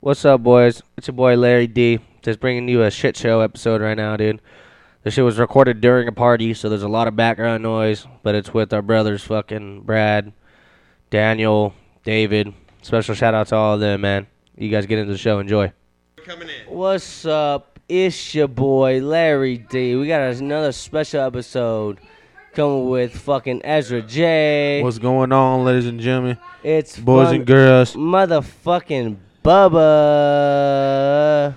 What's up, boys? It's your boy Larry D. Just bringing you a shit show episode right now, dude. This shit was recorded during a party, so there's a lot of background noise, but it's with our brothers, fucking Brad, Daniel, David. Special shout out to all of them, man. You guys get into the show, enjoy. coming in. What's up? It's your boy Larry D. We got another special episode coming with fucking Ezra J. What's going on, ladies and gentlemen, it's boys and girls? motherfucking Bubba.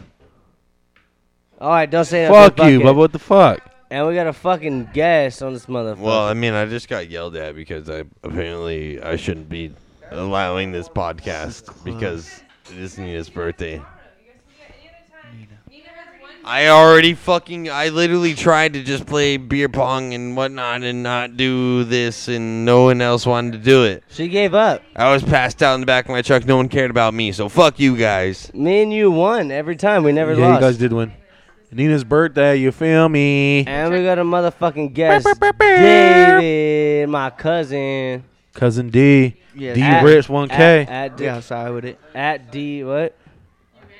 All right, don't say Fuck nothing, you, fuck but it. what the fuck? And we got a fucking guest on this motherfucker. Well, I mean, I just got yelled at because I apparently I shouldn't be allowing this podcast because it isn't his birthday. I already fucking I literally tried to just play beer pong and whatnot and not do this and no one else wanted to do it. she gave up. I was passed out in the back of my truck. No one cared about me, so fuck you guys. Me and you won every time. We never yeah, lost. you guys did win. Nina's birthday, you feel me? And we got a motherfucking guest, David, my cousin. Cousin D, Yeah, D At- Rich 1K. At, at, D- Yeah, I'm sorry with it. at D what?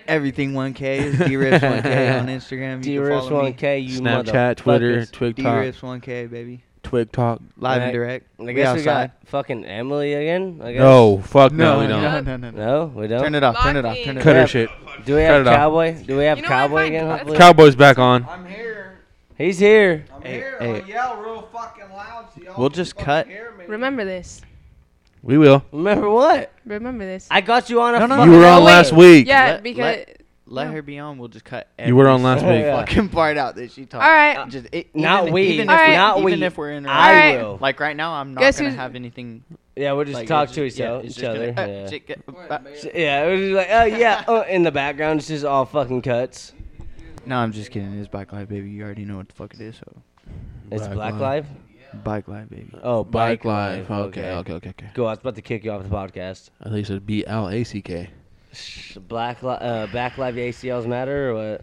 Everything 1K is drips 1K on Instagram. You D can Rich follow me. One K. You Snapchat, Twitter, motherfuckers. TikTok, drips 1K, baby. Twig Talk. Live Right. and direct. I guess we got fucking Emily again. I guess. No, fuck no, we don't. no, no, no, no. No, we don't. Turn it off. Turn it off. Turn it Cut off. her shit. Do we Cut have it off. Cowboy? Do we have You know what, Cowboy fine, again? that's Hopefully, Cowboys back on. I'm here. he's here. I'm Hey, here. hey. I yell real fucking loud so y'all We'll can just fucking cut. hear me. Remember this. We will. Remember what? Remember this. Oh, I got you on a No, no, fucking You were on wait. last week. yeah, Let- because. let- Let No. her be on. We'll just cut. You were every on last Yeah. week. Yeah. Fucking part out that she talked. all right. Just it, Not even, we. Even, All if, right. we, Not even we. if we're in a I All right. will. Like right now, I'm not Guess gonna who's- have anything. yeah, we'll just like, talk it's to just- each, yeah, other it's each just other. gonna- uh, yeah. shit, get- Wait, uh, man. So, yeah, it was just like, oh yeah, oh, in the background, it's just all fucking cuts. No, I'm just kidding. It's bike life, baby. You already know what the fuck it is. So It's Black Black, Life. Life. bike life, baby. Oh, Bike life. Okay, okay, okay, okay. Go. I was about to kick you off the podcast. I think you said B L A C K. Shh, Black li- uh, back life ACLs matter or what?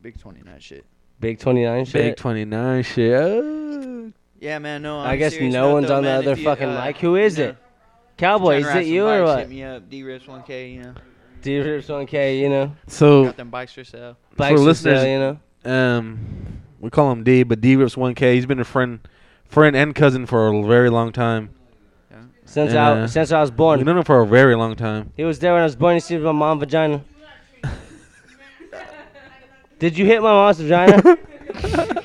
Big 29 shit. Big twenty nine Big shit. twenty nine shit. Oh. Yeah, man. I No. on a guess serious no note, one's though, on the man, other if you, fucking uh, mic. Who is no. it? Cowboy, is it you or what? Hit me up, D-Rips 1K, you know. D Rips one K, you know. So Got them bikes for sale. Bikes for listeners- sale, you know. um, we call him D, but D rips 1K. He's been a friend, friend and cousin for a very long time. Since I Uh, since I was We've born, known him for a very long time. he was there when I was born. He see my mom's vagina. Did you hit my mom's vagina?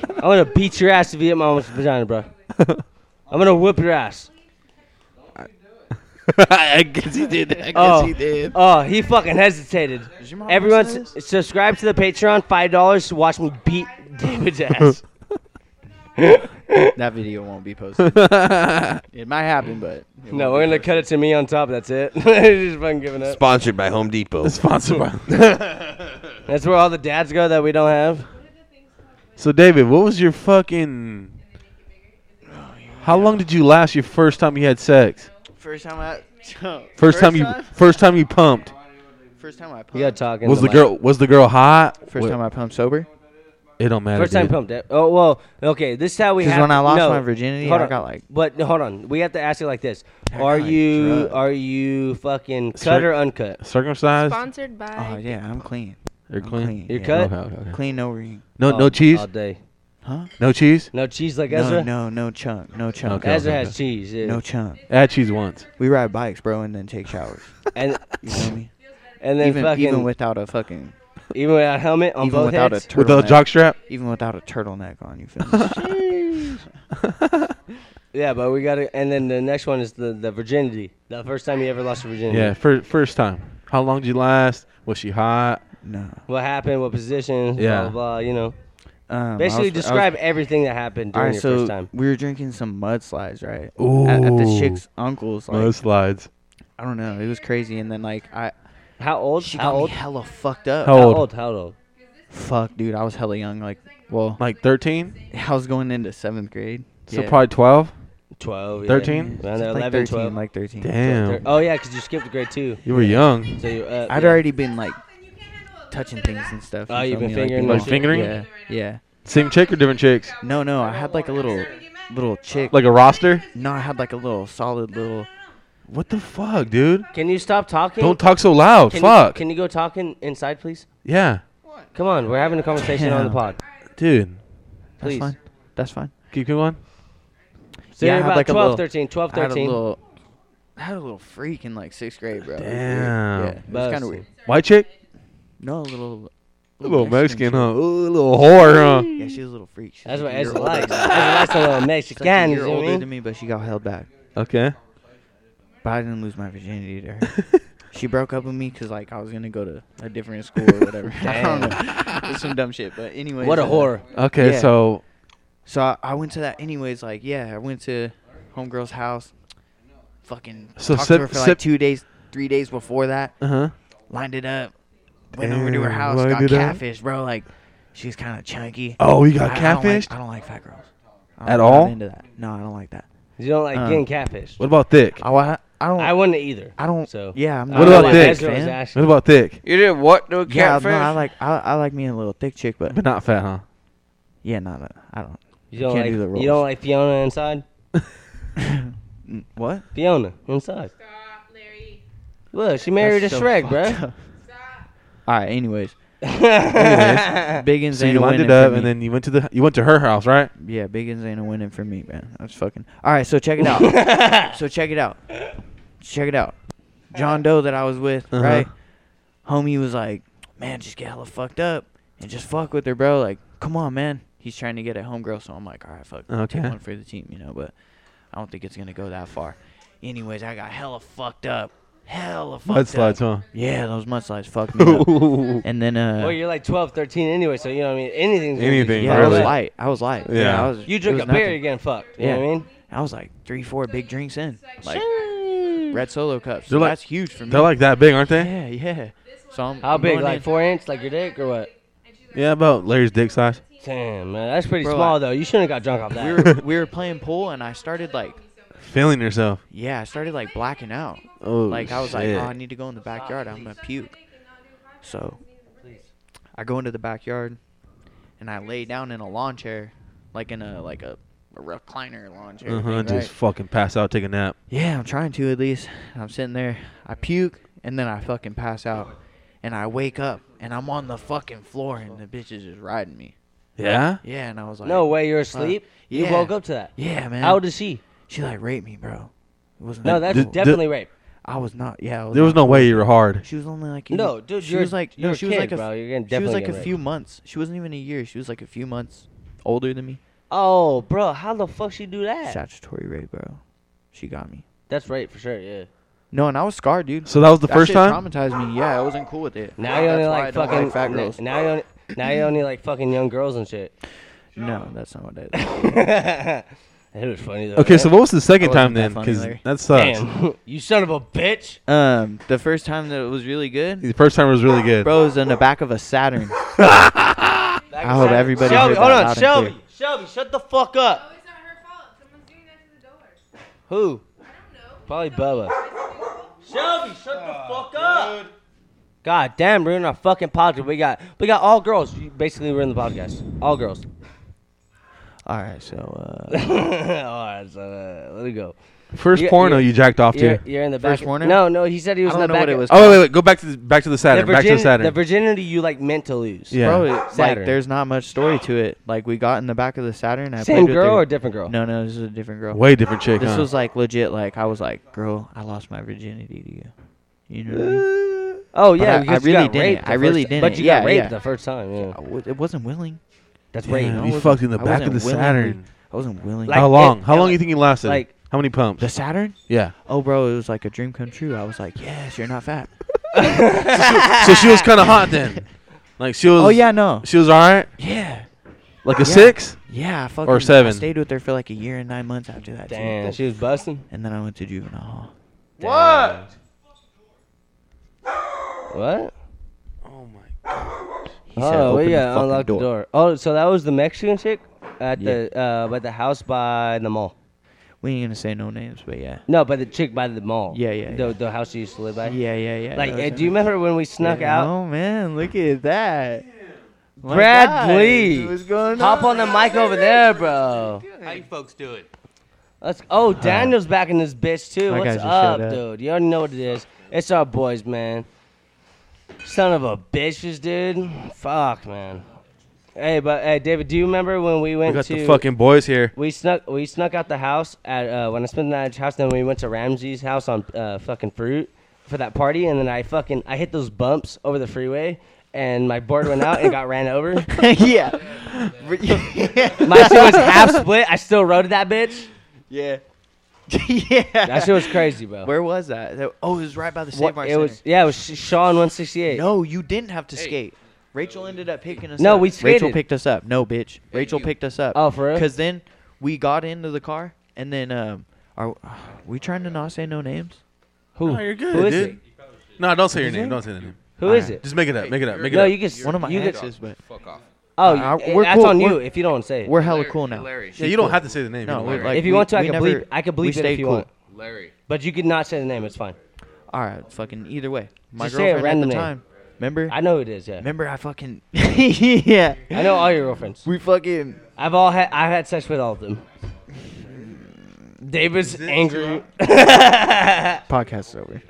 I'm gonna beat your ass if you hit my mom's vagina, bro. I'm gonna whip your ass. I guess he did. I guess Oh. he did. Oh, he fucking hesitated. Is your mom Everyone, listening to s- subscribe to the Patreon. Five dollars to watch me beat David's ass. this? That video won't be posted. it might happen, but it won't No, be we're gonna posted. cut it to me on top. That's it. Just fucking giving up. Sponsored by Home Depot. Sponsored by. That's where all the dads go that we don't have. so David, what was your fucking? How long did you last your first time you had sex? First time I. First, First, time you first time you pumped. First time I pumped. You gotta talk. in Was the mic. girl was the girl hot? First time I pumped sober. It don't matter. First time dude. pumped. it. Oh well. Okay, this is how we. Because have when to- I lost no, my virginity, hold I on. got like. But no, hold on, we have to ask you like this: Are got you drugged. are you fucking cut Sir- or uncut? Uh, Circumcised. Sponsored by. Oh yeah, I'm clean. You're I'm clean. You're yeah. cut? Oh, Okay, okay, okay. Clean, no ring. No, All- no cheese. all day. Huh? No cheese. No cheese like No, Ezra. no, no chunk, no chunk, Okay. Ezra has cheese. Yeah. no chunk. Add cheese once. We ride bikes, bro, and then take showers. and You feel me? and then Even fucking even without a fucking even without helmet on even both without a heads. turtleneck. Without jock strap. even without a turtleneck on. You feel me? yeah, but we gotta. And then the next one is the the virginity. The first time you ever lost your virginity. Yeah, first first time. How long did you last? Was she hot? no. What happened? What position? Yeah. Blah blah. blah you know. Um, I Basically, was- I was- describe everything that happened during your so first time. we were drinking some mudslides, right? At, at the Ooh. chick's uncle's, like Those slides. I don't know, it was crazy. And then like I, How old? she how got me old? hella fucked up. How How old? old? How old? Fuck, dude, I was hella young. Like, well, Like 13? I was going into seventh grade. So probably 12? 12. yeah. 13? Around there, like 11, 13, 12. like thirteen. Damn. Oh yeah, because you skipped grade two. You were young. So you. Uh, I'd already been like touching things and stuff. Oh, you you've feel been me? fingering being Like all- fingering? Yeah, yeah. Same chick or different chicks? No, no, I had like a little, little chick. Like a roster? No, I had like a little solid little What the fuck, dude? Can you stop talking? Don't talk so loud. Can fuck. You, can you go talking inside, please? yeah, Come on, we're having a conversation on the Damn. pod. dude. Please. That's fine. That's fine. Keep going. So Yeah, I you're had about like a 12, little- 13, 12, I had a 13. little, I had a little freak in like sixth grade, bro. It was weird. Damn. Yeah, it was kind Busted. of weird. White chick. No, a little, A little Mexican, huh? Ooh, a little whore, huh? Yeah, she was a little freak. She's That's like what a year Ezra older likes. than me. Ezra likes a little She's like Mexican, you a year know what I older mean? than me, but she got held back. Okay. But I didn't lose my virginity to her. she broke up with me because like I was gonna go to a different school or whatever. I don't know. It's some dumb shit. But uh, anyway, What a whore. Okay. Yeah. So So I, I went to that anyways. Like, yeah, I went to homegirl's house. Fucking So talked sep- to her for sep- like two days, three days before that. Uh huh. Lined it up. Went over to her Damn, house. Got lined it up. catfish, bro. Like, she was kind of chunky. Oh, you I- got I don't like- catfished? I don't like fat girls. I'm At not all? Into that? No, I don't like that. You don't like Uh, getting catfish. What about thick? I, wa- I don't. I wouldn't either. I don't. So yeah, I'm I not. What don't about like thick? Ezra was Fan? asking. What about thick? You did what to a Yeah, catfish? no, I like. I, I like me a little thick chick, but But not fat, huh? yeah, no, no, I don't. You don't Can't like do the you don't rolls. like Fiona inside. Mm, What? Fiona inside. Stop, Larry. Look, she married That's a so Shrek, fucked bruh. up. Stop. All right. Anyways, bro. Biggins So ain't you a lined winning it for up, me. and then you went to the you went to her house, right? Yeah, Biggins ain't a winning for me, man. That's fucking. All right, so check it out. so check it out. Check it out. John Doe that I was with, Uh-huh. right? Homie was like, man, just get hella fucked up and just fuck with her, bro. Like, come on, man. He's trying to get at homegirl, so I'm like, all right, fuck. I'll Take Okay. one for the team, you know, but I don't think it's going to go that far. Anyways, I got hella fucked up. Hella fucked up. Mudslides, huh? Yeah, those mudslides fucked me up. And then, uh. well, you're like 12, 13 anyway, so you know what I mean. Anything's gonna Anything, Be yeah, I was Really? light. I was light. Yeah. I was, You it drink was a beer, nothing. you're getting fucked. You know what I mean? I was like three, four big drinks in, like red solo cups. They're So like- that's huge for me. They're like that big, aren't they? yeah, yeah. So I'm, How I'm big? going Like in- four inch, like your dick or what? Yeah, about Larry's dick size. Damn, man, that's pretty Bro, small I- though. You shouldn't have got drunk off we that. were we were playing pool, and I started like Feeling yourself. yeah, I started like blacking out. Oh, Like I was like, shit. oh, I need to go in the backyard. I'm gonna puke. So Please. I go into the backyard, and I lay down in a lawn chair, like in a like a, a recliner lawn chair. uh-huh, thing, just right? fucking pass out, take a nap. Yeah, I'm trying to at least. I'm sitting there. I puke and then I fucking pass out. And I wake up and I'm on the fucking floor and the bitch is just riding me. Yeah. Yeah, and I was like, No way, you're asleep. You yeah. woke up to that. Yeah, man. How old is she? she like raped me, bro? It wasn't. No, that's did- did- definitely rape. I was not. Yeah, I was There was not- no way you were hard. She was only like. a- No, dude, She you're- was like. you're No, a she was kid, like a. bro. f- You're gonna she was definitely like a get few months. She wasn't even a year. She was like a few months older than me. Oh, bro, how the fuck she do that? Statutory rape, bro. She got me. That's rape for sure. Yeah. No, and I was scarred, dude. So that was the That first shit time. Traumatized me. Yeah, I wasn't cool with it. Now you only That's why I like don't fucking like fat n- girls. Now you only, now you only like fucking young girls and shit. No, that's not what I did. it was funny though. Okay, so right? what was the second That time wasn't then? that funny, Because Larry. that sucks. damn, you son of a bitch. Um, the first time that it was really good, The first time was really good. bro, it was in the back of a Saturn. Back I hope inside. everybody Shelby, heard hold that on, loud and Shelby, clear. Shelby, shut the fuck up. Oh, it's not her fault. Someone's doing that to the door. Who? I don't know. Probably It's Bubba. not your fault. Shelby, shut the fuck up. God damn, we're in our fucking podcast. We got we got all girls. You- Basically, we're in the podcast. All girls. All right, so uh, all right, so uh, let me go. First you- porno you- you jacked off You're, to. you're in the back. First Warner? No, no, he said he was I in the don't know back. what it was. Oh wait, wait, go back to the back to the Saturn. the, back to the virgin- Saturn. the virginity you like meant to lose. yeah. bro, it, like Saturn. there's not much story to it. Like we got in the back of the Saturn. I Same played girl or with different girl? the, no, no, this is a different girl. Way different chick. this huh? was like legit. Like I was like, girl, I lost my virginity to you. You know what I mean? Oh But yeah, I- I because you really got didn't. raped the I really first- didn't. But you Yeah, got raped yeah. the first time. Yeah. I w- it wasn't willing. That's Damn, rape. No, I you wasn't- fucked in the I back of wasn't the willing. Saturn. I wasn't willing. Oh, Like, How long? it- How long like- you think you lasted? like- how many pumps? the Saturn? yeah. Oh, bro, it was like a dream come true. I was like, yes, you're not fat. so she was kind of hot then. Like she was. Oh yeah, no, She was all right. yeah, Like a Yeah. six. yeah. I fucking, I seven. stayed with her for like a year and nine months after that. too. Damn, she was busting. And then I went to juvenile hall. What? What? Oh my. He oh, we "Open the gotta fucking unlock the door. Oh, so that was the Mexican chick at Yeah. the uh, by the house by the mall. We ain't gonna say no names, but yeah. No, by the chick by the mall. Yeah, yeah, The, yeah. the house she used to live by. Yeah, yeah, yeah. Like, that was uh, her do you name. remember when we snuck Yeah, out? Oh man, look at that. My Brad, God, please What's going Hop on? on the mic over there, bro. How you folks do it? Let's. Oh, Daniel's back in this bitch too. My guy What's just up, showed up. dude? You already know what it is. It's our boys, man. Son of a bitches, dude. Fuck, man. Hey, but hey, David, do you remember when we We went got to the fucking boys here. we snuck we snuck out the house at uh, when I spent the night at your house. Then we went to Ramsey's house on uh, fucking fruit for that party, and then I fucking I hit those bumps over the freeway, and my board went out and got ran over. yeah. My shit was half split. I still rode that bitch. yeah. yeah. That shit was crazy, bro. Where was that? That- Oh, it was right by the What- Save Our it Center. was yeah, it was Sh- Shaw and 168. No, you didn't have to skate. Rachel ended up picking us No, up. we Rachel skated. picked us up. No, bitch. Rachel picked us up. Oh, for real? Because then we got into the car, and then um, are we trying to not say no names? who? No, you're good, who is dude. it? No, don't say your name. Don't say the name. Who is it? Just make it up. Make it up. Make it No, up. you can. s- One of my you can- exes, but Fuck off. Oh, Uh, you- we're that's cool. on you We're- if you don't say it. we're hella cool now. Larry. yeah, you don't have to say the name. No, You we're don't. like if you we- want to, I we can never- bleep. I can we bleep it stayed if you cool. want. Larry. But you could not say the name. It's fine. All right, fucking either way. My Just say a girlfriend random at the name. time. Remember? I know who it is. Yeah. remember I fucking yeah. I know all your girlfriends. We fucking I've all had I've had sex with all of them. David's angry. podcast is over.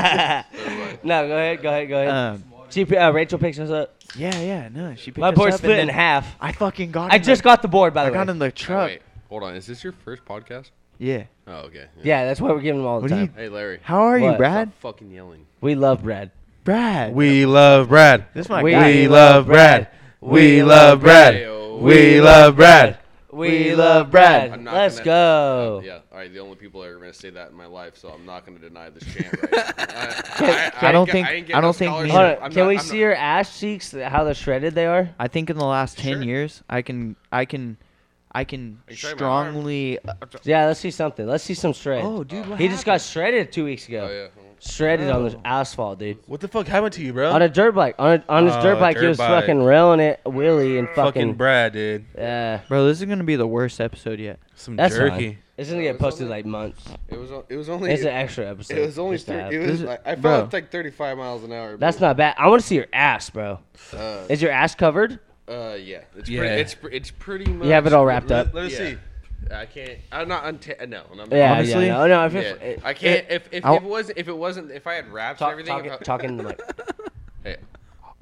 No, go ahead, go ahead, go ahead. Um, she, uh, Rachel picks us up. yeah, yeah, no. She picked My us board up and split in then half. I fucking got. I in just the, got the board by I the got way. in the Oh, truck. wait, hold on. Is this your first podcast? yeah. Oh, okay. yeah. Yeah, that's why we're giving them all the What do you? time. Hey, Larry. How are you, What? Brad? Stop fucking yelling. We love Brad. Brad. We love Brad. this is my we- guy. We love Brad. We love Brad. Hey-o. We love Brad. We love Brad. I'm not Let's gonna- go. Yeah. All right. The only people that are gonna say that in my life, so I'm not gonna deny this chant. Right now. I, I don't think- ain't I don't getting no think- Hold scholarship. on. I'm Can not- we I'm see not- your ass cheeks? How they're shredded they are. I think in the last ten Sure. years, I can, I can, I can Are you showing my arm? strongly. Yeah, let's see something. Let's see some shred. Oh, dude, what Oh. he just got shredded two weeks ago. Oh, yeah. Shredded on the asphalt, dude. What the fuck happened to you, bro? On a dirt bike. On, a, on his Uh, Oh, dirt bike, he dirt was bike. fucking railing it, Willie, and fucking fucking. uh, Brad, dude. Yeah. Bro, this is gonna be the worst episode yet. Some That's jerky. fine. It's gonna get posted like months. It was. o- It was only. It's an extra episode. It was only. just to Thir- have. it This was. is- I, I bro. felt it's like 35 miles an hour. That's not bad. I want to see your ass, bro. but, Uh, Is your ass covered? uh, yeah. It's Yeah. Pretty, it's. pre- It's pretty much. You have it all wrapped up. Let us Yeah. see. I can't. I'm not. Unta- no. I'm not Yeah, Honestly? yeah. No, no. If Yeah. it- it- I can't. If if, if I'll- it wasn't if it wasn't if I had wraps Talk, and everything. talk, if I- talking to the mic. Hey,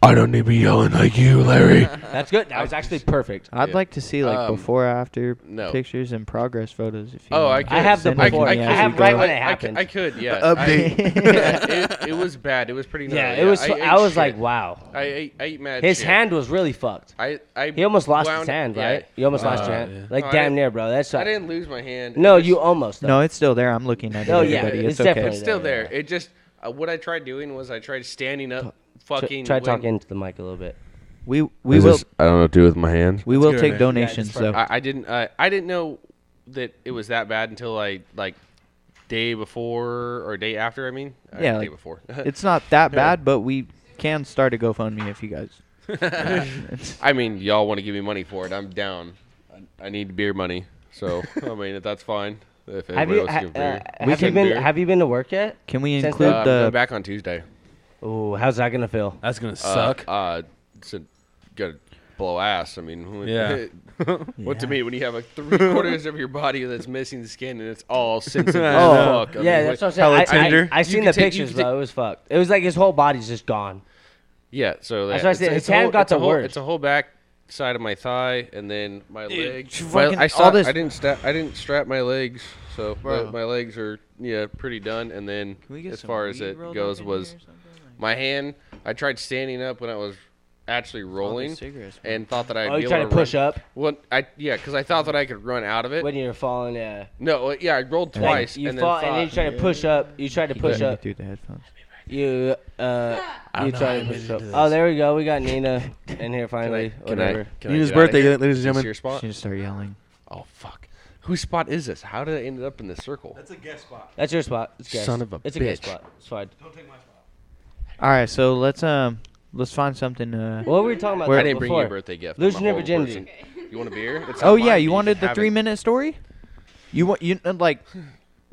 I don't need to be yelling like you, Larry. That's good. That was actually perfect. I'd Yeah. like to see like Um, before, after no. pictures and progress photos. If you Oh, want. I I have the Send them before. to I, me I as have we right go. when it I, I, could, happened. I could, yeah. Update. I- it, it was bad. It was pretty. gnarly. yeah, it was. I, fu- ate I, was shit. like, wow. I ate, I ate mad. His shit. hand was really fucked. I, I He almost lost his wound- hand, yeah. right? You almost lost your hand. Like No, I damn didn't- near, bro. That's I didn't lose my hand. no, It was- you almost. Though. No, it's still there. I'm looking at it. Oh, yeah, everybody. it's It's, okay. definitely It's still there, there. It just uh, what I tried doing was I tried standing up, Tr- fucking. try when- talking to the mic a little bit. We we will I don't know what to do with my hand. we will good, take man. donations. Yeah, so I, I didn't. Uh, I didn't know that it was that bad until I like day before or day after. I mean, Uh, Yeah, day like- before. it's not that bad, but we can start a GoFundMe if you guys. I mean, y'all want to give me money for it? I'm down. I, I need beer money, so I mean, if that's fine. If Have everybody you wants ha- to give uh, beer. have you Second been beer. have you been to work yet? Can we Since include Uh, I'm going the? back on Tuesday. Oh, how's that gonna feel? That's gonna Uh, suck. Uh, it's a, gotta blow ass. I mean, Yeah. what to me when you have like three quarters of your body that's missing skin and it's all sensitive know. as fuck. I Oh. yeah, mean, that's what what- I'm saying. Hello, I- Tinder. I, I, You seen can the take- you pictures, can take- bro. It was fucked. It was like his whole body's just gone. yeah. So That's yeah, what I said, it's- his it's a hand whole- got it's a the whole- worst. It's a whole back side of my thigh and then my leg. she My- fucking- I all stopped- this- I didn't strap. I didn't strap my legs, so my, Bro. my legs are yeah pretty done. And then as far as it goes was my hand. I tried standing up when I was actually rolling. And thought that I'd Oh, be you able trying to run- push up Well, I yeah, because I thought that I could run out of it. when you're falling? Yeah, no, well, yeah, I rolled Like, twice you and fall then and then you thought- try to push up. You try to push up. through the headphones. You uh, you try to push up. Oh, there we go. We got Nina in here finally. Can I- Whatever. can I Nina's get outta birthday, here? ladies and Is this gentlemen. your spot? She just started yelling. Oh fuck! Whose spot is this? How did I end up in this circle? That's a guest spot. That's your spot. It's guest. Son of a It's a guest bitch. spot. It's fine. All right, so let's um let's find something. Uh, What were we talking about? Where- I though didn't bring before? you a birthday gift. I'm a Losing your horrible virginity. person. You want a beer? It's oh not yeah, mine, you can wanted the have it. three minute story. You want you uh, like you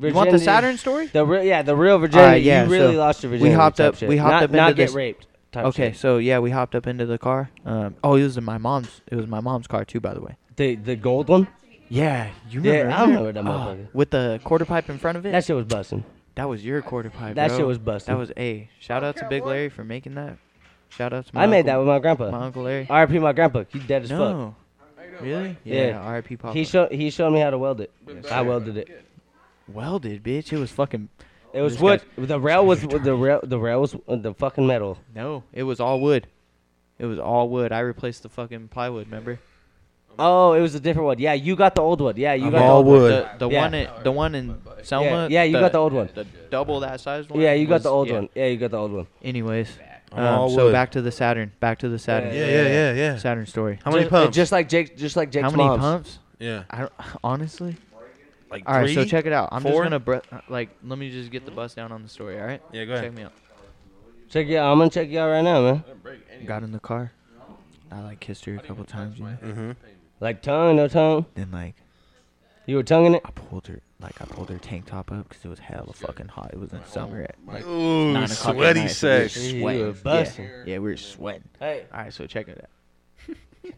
want the Virginity- Saturn story? The real, yeah, the real virginity. yeah, you really so lost your we virginity. hopped type up- shit. we hopped not, up not into get this- raped. Type Okay, shit. so yeah, we hopped up into the car. Um, oh, it was in my mom's. It was my mom's car too, by the way. the the gold one. Yeah, you Yeah, remember? I remember that Oh, motherfucker. with the quarter pipe in front of it. That shit was busting. that was your quarter pipe. That bro. shit was busting. That was a shout out to Big Larry for making that. Shout out to my I made that uncle- with my grandpa. my uncle Larry. R.I.P. My grandpa. He dead as fuck. No, really? Yeah. Yeah. R.I.P. Papa. He showed he showed me how to weld it. I Been better, welded but it. good. welded, bitch. It was fucking. It was This wood. The rail was the rail. The rail was uh, the fucking metal. No, it was all wood. It was all wood. I replaced the fucking plywood. Remember? Oh, it was a different one. Yeah, you got the old one. Yeah, you I'm got all the old wood. One. The, the Yeah. one at, the one in Selma. yeah, you got the old one. The double that size one. Yeah, you got was- the old yeah. one. Yeah, you got the old one. Anyways, I'm um, all so wood. back to the Saturn. Back to the Saturn. Yeah, yeah, yeah, yeah. Saturn story. How many Ju- pumps? Just like Jake. Just like Jake's How many mom's. pumps? yeah. I don't, honestly. Like All right, so three? check it out. I'm Four? just gonna bre- like let me just get the bus down on the story. All right. Yeah, go ahead. Check me out. Check you out. I'm gonna check you out right now, man. Got in the car. I like kissed her a couple times, you know. Like tongue, no tongue. Then like You were tonguing it. I pulled her, like I pulled her tank top up because it was hella fucking hot. It was in summer at Oh like Ooh, nine o'clock at sweaty night, so sex. You We were were sweating. busting. Yeah. yeah, we were sweating. Hey, All right, so check it out.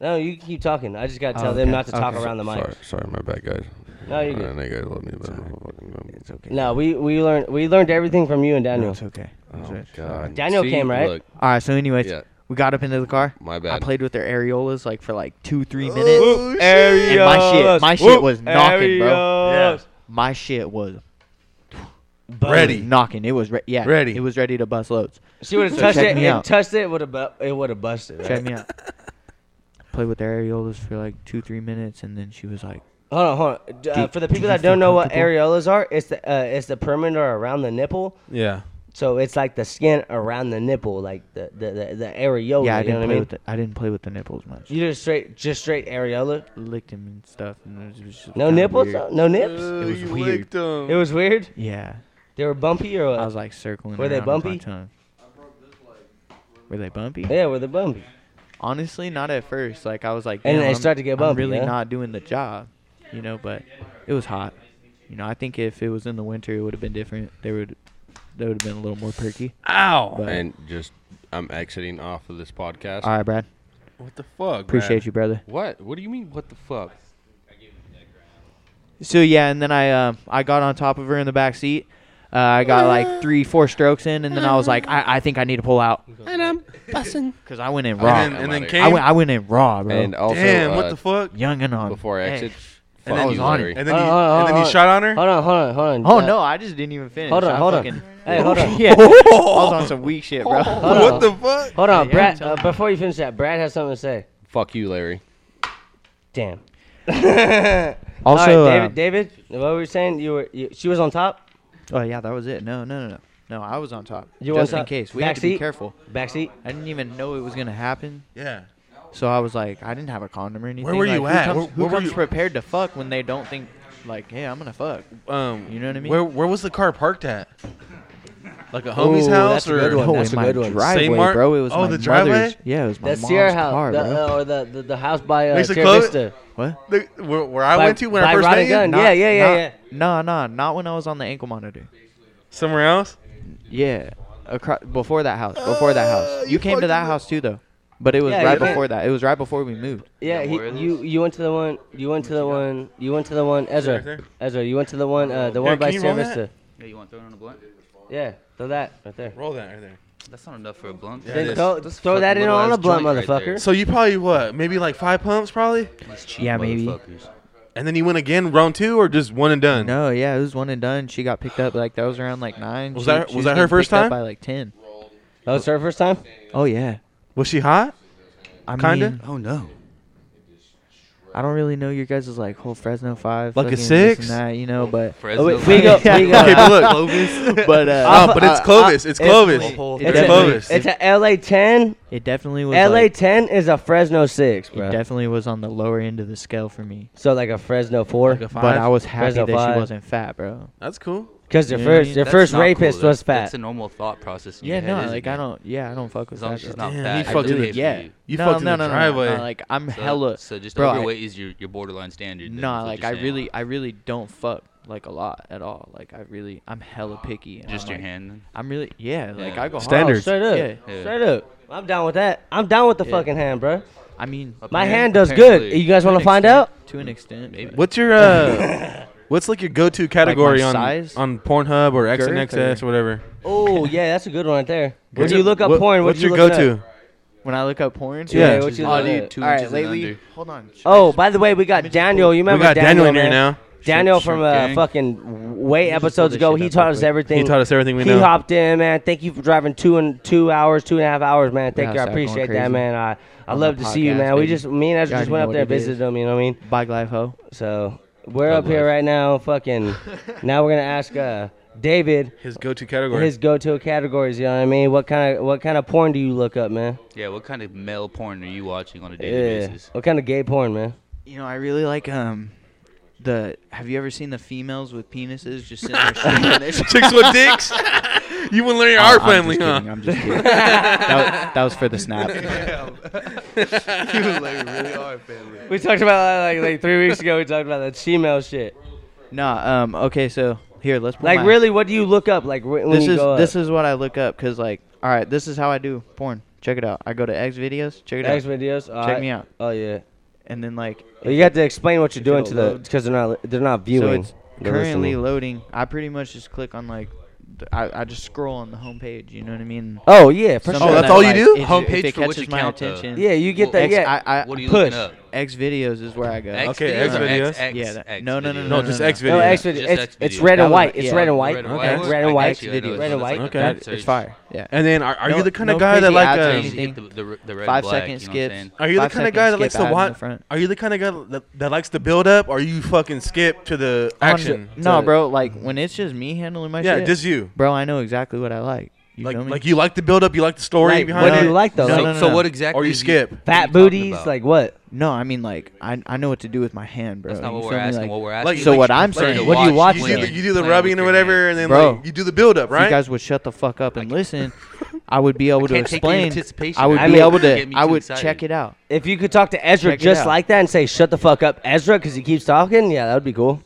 no, you can keep talking. I just gotta tell Oh, them okay. not to talk Okay. around the mic. Sorry, sorry, my bad, guys. No, you're I good. know you guys love me, but I'm fucking- It's okay. No, we we learned we learned everything from you and Daniel. it's okay. It's Oh, right. God. Daniel See, came, right? Look, All right, so anyways, Yeah. we got up into the car. my I bad. played with their areolas like for like two, three minutes. And Areolas. my shit, my shit was knocking, bro. Areolas. My shit was Ready. knocking. It was re- yeah, Ready. It was ready to bust loads. She would have So touched check it. me It out. touched it. Would have bu- it would have busted. Right? Check me out. Played with their areolas for like two, three minutes, and then she was like, Hold on, hold on. D- Uh, Do- for the do people you that feel don't know what comfortable? areolas are, it's the uh, it's the perimeter around the nipple. Yeah. So it's like the skin around the nipple, like the the the, the areola. "Yeah, I Oh, you know didn't what I play mean? with the, I didn't play with the nipples much. you just straight just straight areola. Licked him and stuff. And it was just No kinda nipples, weird. though? no nips. It was weird. It was weird. Yeah, They were bumpy or what? I was like circling. Were they around with my bumpy? tongue. Were they bumpy? yeah, were they bumpy? Honestly, not at first. Like I was like, And "Damn, they I'm- start to get I'm bumpy, really huh? not doing the job, you know. But it was hot. You know, I think if it was in the winter, it would have been different. They would, they would have been a little more perky. Ow. But And just, I'm exiting off of this podcast. all right, Brad. What the fuck? Appreciate Brad? you, brother. What? What do you mean? What the fuck? So yeah, and then I um I got on top of her in the back seat. Uh, I got Ah. like three, four strokes in, and then I was like, I, I think I need to pull out And I'm bussing. because I went in raw. And then, Rock, I'm and then outta came. here. I went I went in raw, bro. And also, Damn, uh, what the fuck? Young and on. before I Hey. exit, And fuck then you, was on Larry. And then, Hold he, on, hold on, and then he hold on. shot on her? Hold on, hold on, hold on. Oh Uh, no, I just didn't even finish. Hold on, I hold on. fucking- Hey, hold on. yeah, I was on some weak shit, bro. Hold on. What the fuck? Hold on, Yeah, Brad. tell Uh, me. before you finish that, Brad has something to say. Fuck you, Larry. Damn. Also, All uh, right, David. David, what were you saying? You were you, she was on top, Oh yeah, that was it. No, no, no, no. No, I was on top. You were Just on in top. case. We Back had to be seat? careful. back seat. I didn't even know it was gonna happen, Yeah. so I was like, I didn't have a condom or anything. were Like, you who at? Comes, Where- who where were comes you- prepared to fuck when they don't think like, hey, I'm gonna fuck? Um, You know what I mean? Where Where was the car parked at? Like a homie's house Oh, that's a good or one. No, that's Oh, in a my good one. driveway, Saint Mar- bro. It was Oh, my the driveway? mother's- Yeah, it was my That's mom's Sierra house, car, the, bro. uh, or the, the the house by uh, Next to Sierra Chloe? Vista. what? The, where, where I By- went to when by I first Rod met and Gun. you? Yeah, yeah, yeah, yeah. No, no, not when I was on the ankle monitor. Somewhere else? Yeah, across, before that house, before that house. You, Uh, you came to that fucking- house too, though. But it was Yeah, right you can't- before that. It was right before we moved. Yeah, he, more of you you went to the one. You went to the one. You went to the one. Ezra, right there? Ezra, you went to the one. Uh, the Here, one by can you roll Sierra Vista. Yeah, you want to throw it on a blunt? Yeah, throw that right there. Roll that right there. That's not enough for a blunt. Yeah, it Then is. throw, throw that fucking in little on a ass blunt, joint right there. motherfucker. So you probably what? Maybe like five pumps, probably. These cheap Yeah, maybe. motherfuckers. And then you went again, round two, or just one and done. No, yeah, it was one and done. She got picked up like that was around like nine. Was She- that- she was that her getting first picked up time? By like ten. That was her first time. Oh yeah. Was she hot? I Kinda? mean, Oh no. I don't really know your guys' like whole Fresno five, Like a fucking this six? and that, you know. But Oh, Fresno. wait, we go- we go- Okay, but look. Clovis. but uh, No, but it's uh, Clovis. It's it's Clovis. Clovis. It's a- Clovis. It's a LA ten. it definitely was. LA like, ten is a Fresno six, it bro. definitely was on the lower end of the scale for me. So like a Fresno four. But I was happy Fresno that five. she wasn't fat, bro. That's cool. Because your Yeah. first your That's first not cool, rapist though. was fat. That's a normal thought process. in Yeah, your head, no, isn't like it? I don't. Yeah, I don't fuck with As long that. as she's girl. not Damn, fat, you I fucked really with hate yeah. you. You no, fucked in no, the no, no, no, driveway. No, like I'm So, hella. So just bro, I- overweight is your, your borderline standard. then, is Nah, what like you're I saying. really, I really don't fuck like a lot at all. Like I really, I'm hella picky. and Just I'm your like- hand. I'm really, yeah, like Yeah. I go hard. Standards. Oh, Straight up. Yeah. Yeah. Straight up. I'm down with that. I'm down with the Yeah. fucking hand, bro. I mean, My Apparent- hand does good. apparently. You guys want to an find extent. out? to an extent. Maybe. but- What's your uh? what's like your go-to category on size? on Pornhub or Girth XNXS or whatever? Oh yeah, that's a good one right there. When What's you your- look up what- porn, what what's do you your look it go-to? up? When I look up porn, Yeah. Yeah, what you Oh, look dude, up. two All right, inches and lately, under. hold on. Oh, by the way, we got Daniel. You We remember got Daniel in man? here now. Daniel Shrimp- from shrimp uh, gang. fucking way just episodes pull this ago. shit He up taught real us quick. everything. He taught us everything we He know. hopped in, man. Thank you for driving two and two hours, two and a half hours, man. Thank you. I How's that going appreciate that, crazy? man. I I On love to the see you, podcast, man. We baby. just me and Ezra You just already went know up what there and it is. visited him. You know what I mean? Bike life ho. So we're up here right now, fucking. now we're gonna ask uh, David His go-to category. his go-to categories. You know what I mean? What kind of what kind of porn do you look up, man? Yeah, what kind of male porn are you watching on a daily basis? What kind of gay porn, man? You know, I really like um the. Have you ever seen the females with penises just sitting there? shaking their- Chicks with dicks. you want to learn your art family, huh? I'm just kidding. that, that was for the snap. We talked about that like like three weeks ago. We talked about that female shit. Nah. Um. Okay. So here, let's pull Like my- really, what do you look up? Like wh- when This you is go this is what I look up because like, all right, this is how I do porn. Check it out. I go to X videos. Check it X out. videos. All Check right. me out. Oh yeah. And then like, Well, you have to explain what you're If it'll doing to the load. because they're not they're not viewing. So it's They're currently listening. loading. I pretty much just click on like, th- I, I just scroll on the homepage. You know what I mean? Oh yeah, for Something sure. that's that, all you like, do? if- if Homepage it for which catches my account, though? attention. yeah, you get Well, that. X, Yeah. I, I, What are you push. looking up? X videos is where I go. X Okay, videos X or videos. XX? Yeah, that- X no, no, no, videos? no, no, just no. X no, video. X video. Just It's, X it's videos. red That and was- white. It's yeah. red and white. Red Red and Okay. white. and white. Actually, I know X videos. it's Red and not. white. Okay. That's- It's Search. fire. Yeah. And then are, are you No- the kind of no guy that crazy like ads or So you uh, anything. hit the, the, r- the red Five second and black, you know what I'm skips. saying? Are you the kind Five of second guy that skip likes to ad in the watch? front. Are you the kind of guy that, that likes to build up, or you fucking skip to the action? No, bro. Like when it's just me handling my Yeah, shit, just you. bro. I know exactly what I like. You like, feel me? like you like the build up, you like the story Like, behind what do it, you like though? No, so, Like no, so no. what exactly? or you is skip. fat what are you talking booties. about? Like what? no, I mean like I I know what to do with my hand, bro. That's not You what feel we're me? asking. Like, what we're asking. like- is so what you I'm play to saying- what are you watch watching? when You do, Like, the, you do the playing with rubbing or your whatever, hand. and then Bro. like you do the build up, if you right? guys would shut the fuck up and listen, I would be able to can't take your explain. anticipation I would out of it. be able Get to. me I too would excited. check it out. If you could talk to Ezra Check it just out. like that and say "Shut the fuck up, Ezra," because he keeps talking, yeah, that would be cool.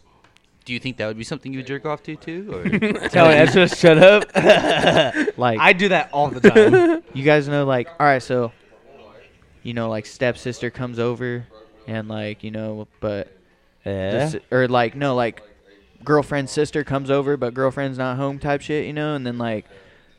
Do you think that would be something you would jerk off to too? Or? Telling Ezra to shut up. Like I do that all the time. you guys know, like all right, so you know, like stepsister comes over, and like you know, but the yeah. si- or like no, like girlfriend's sister comes over, but girlfriend's not home, type shit, you know, and then like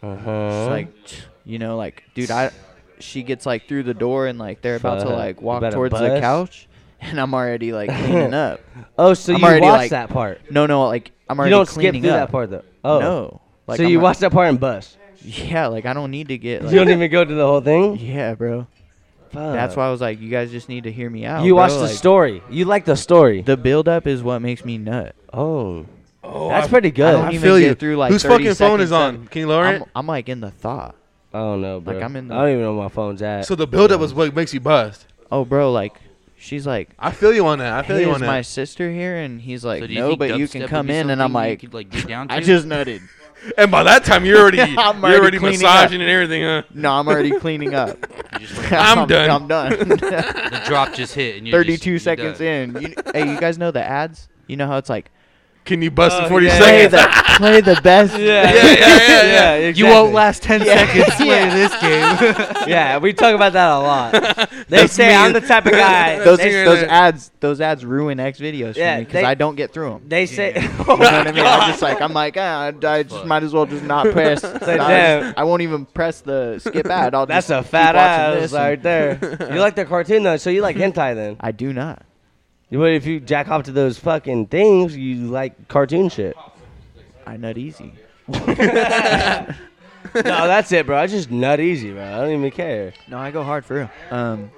Uh-huh. It's like, tch, you know, like, dude, I, she gets like through the door and like they're about to Fuck. like You walk better towards the bust. couch, and I'm already like cleaning up. oh, so I'm you watch already, like, that part? No, no, like I'm You already don't skip cleaning through up. that part though. Oh, No, like so I'm you not- watch that part and bust. Yeah, like I don't need to get. Like, you don't even go to the whole thing. yeah, bro. That's why I was like, you guys just need to hear me out. you bro. watch the like, story. You like the story. The build up is what makes me nut. oh, that's pretty good. I I, don't I even feel get you. through, like, Whose 30 fucking phone is seconds on? Can you lower I'm, it? I'm like in the thought. don't know, bro. Like, I'm in the- I don't even know where my phone's at. So the build up is what makes you bust. Oh, bro, like she's like, I feel you on that. I feel hey, you is on my that. sister here? And he's like, So do no, think but you dubstep can would come be in, and I'm something you like, could, like get down I to? just nutted. And by that time, you're already I'm you're already already cleaning massaging and everything, huh? No, I'm already cleaning up. You just, like, I'm done. I'm done. the drop just hit and you're 32 just, seconds in. You, hey, you guys know the ads? You know how it's like Can you bust Oh, in 40 yeah. play seconds? the play the yeah, best. Yeah, yeah, yeah, yeah. exactly. You won't last 10 seconds. play this game. yeah, we talk about that a lot. They That's say me. I'm the type of guy. those they, those ads those ads ruin X videos for Yeah, me because they- I don't get through them. they say. You know what I mean? I'm just like I'm like ah, I- I just might as well just not press. I, damn. just, I won't even press the skip ad. I'll That's just a keep fat watching ass this right and- there. You like the cartoon though, so you like hentai then. I do not. But if you jack off to those fucking things, you like cartoon shit. I nut easy. no, that's it, bro. I just nut easy, bro. I don't even care. No, I go hard for real. Um,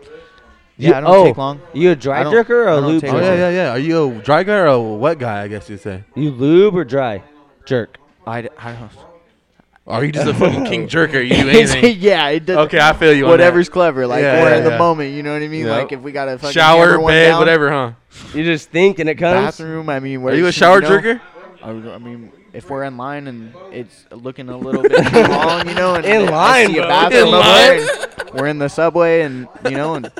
You- yeah, I don't oh, take long. You a I dry don't- jerker or I a don't lube? take Oh jerker? yeah, yeah, yeah. Are you a dry guy or a wet guy? I guess you'd say. You lube or dry jerk? I, d- I don't. Or are you just a fucking king jerker? You do anything? yeah, it does. Okay, I feel you. on that. whatever's clever. Like Yeah, we're yeah, in the yeah. moment, you know what I mean? Yep. Like if we got a fucking hammer shower, one bed, down, whatever, huh? You just think and it comes. Bathroom, I mean, where Are you a should- shower know, jerker? I would- I mean, if we're in line and it's looking a little bit too long, you know, and In I line, see a bro. bathroom In over there line. and we're in the subway, and you know, and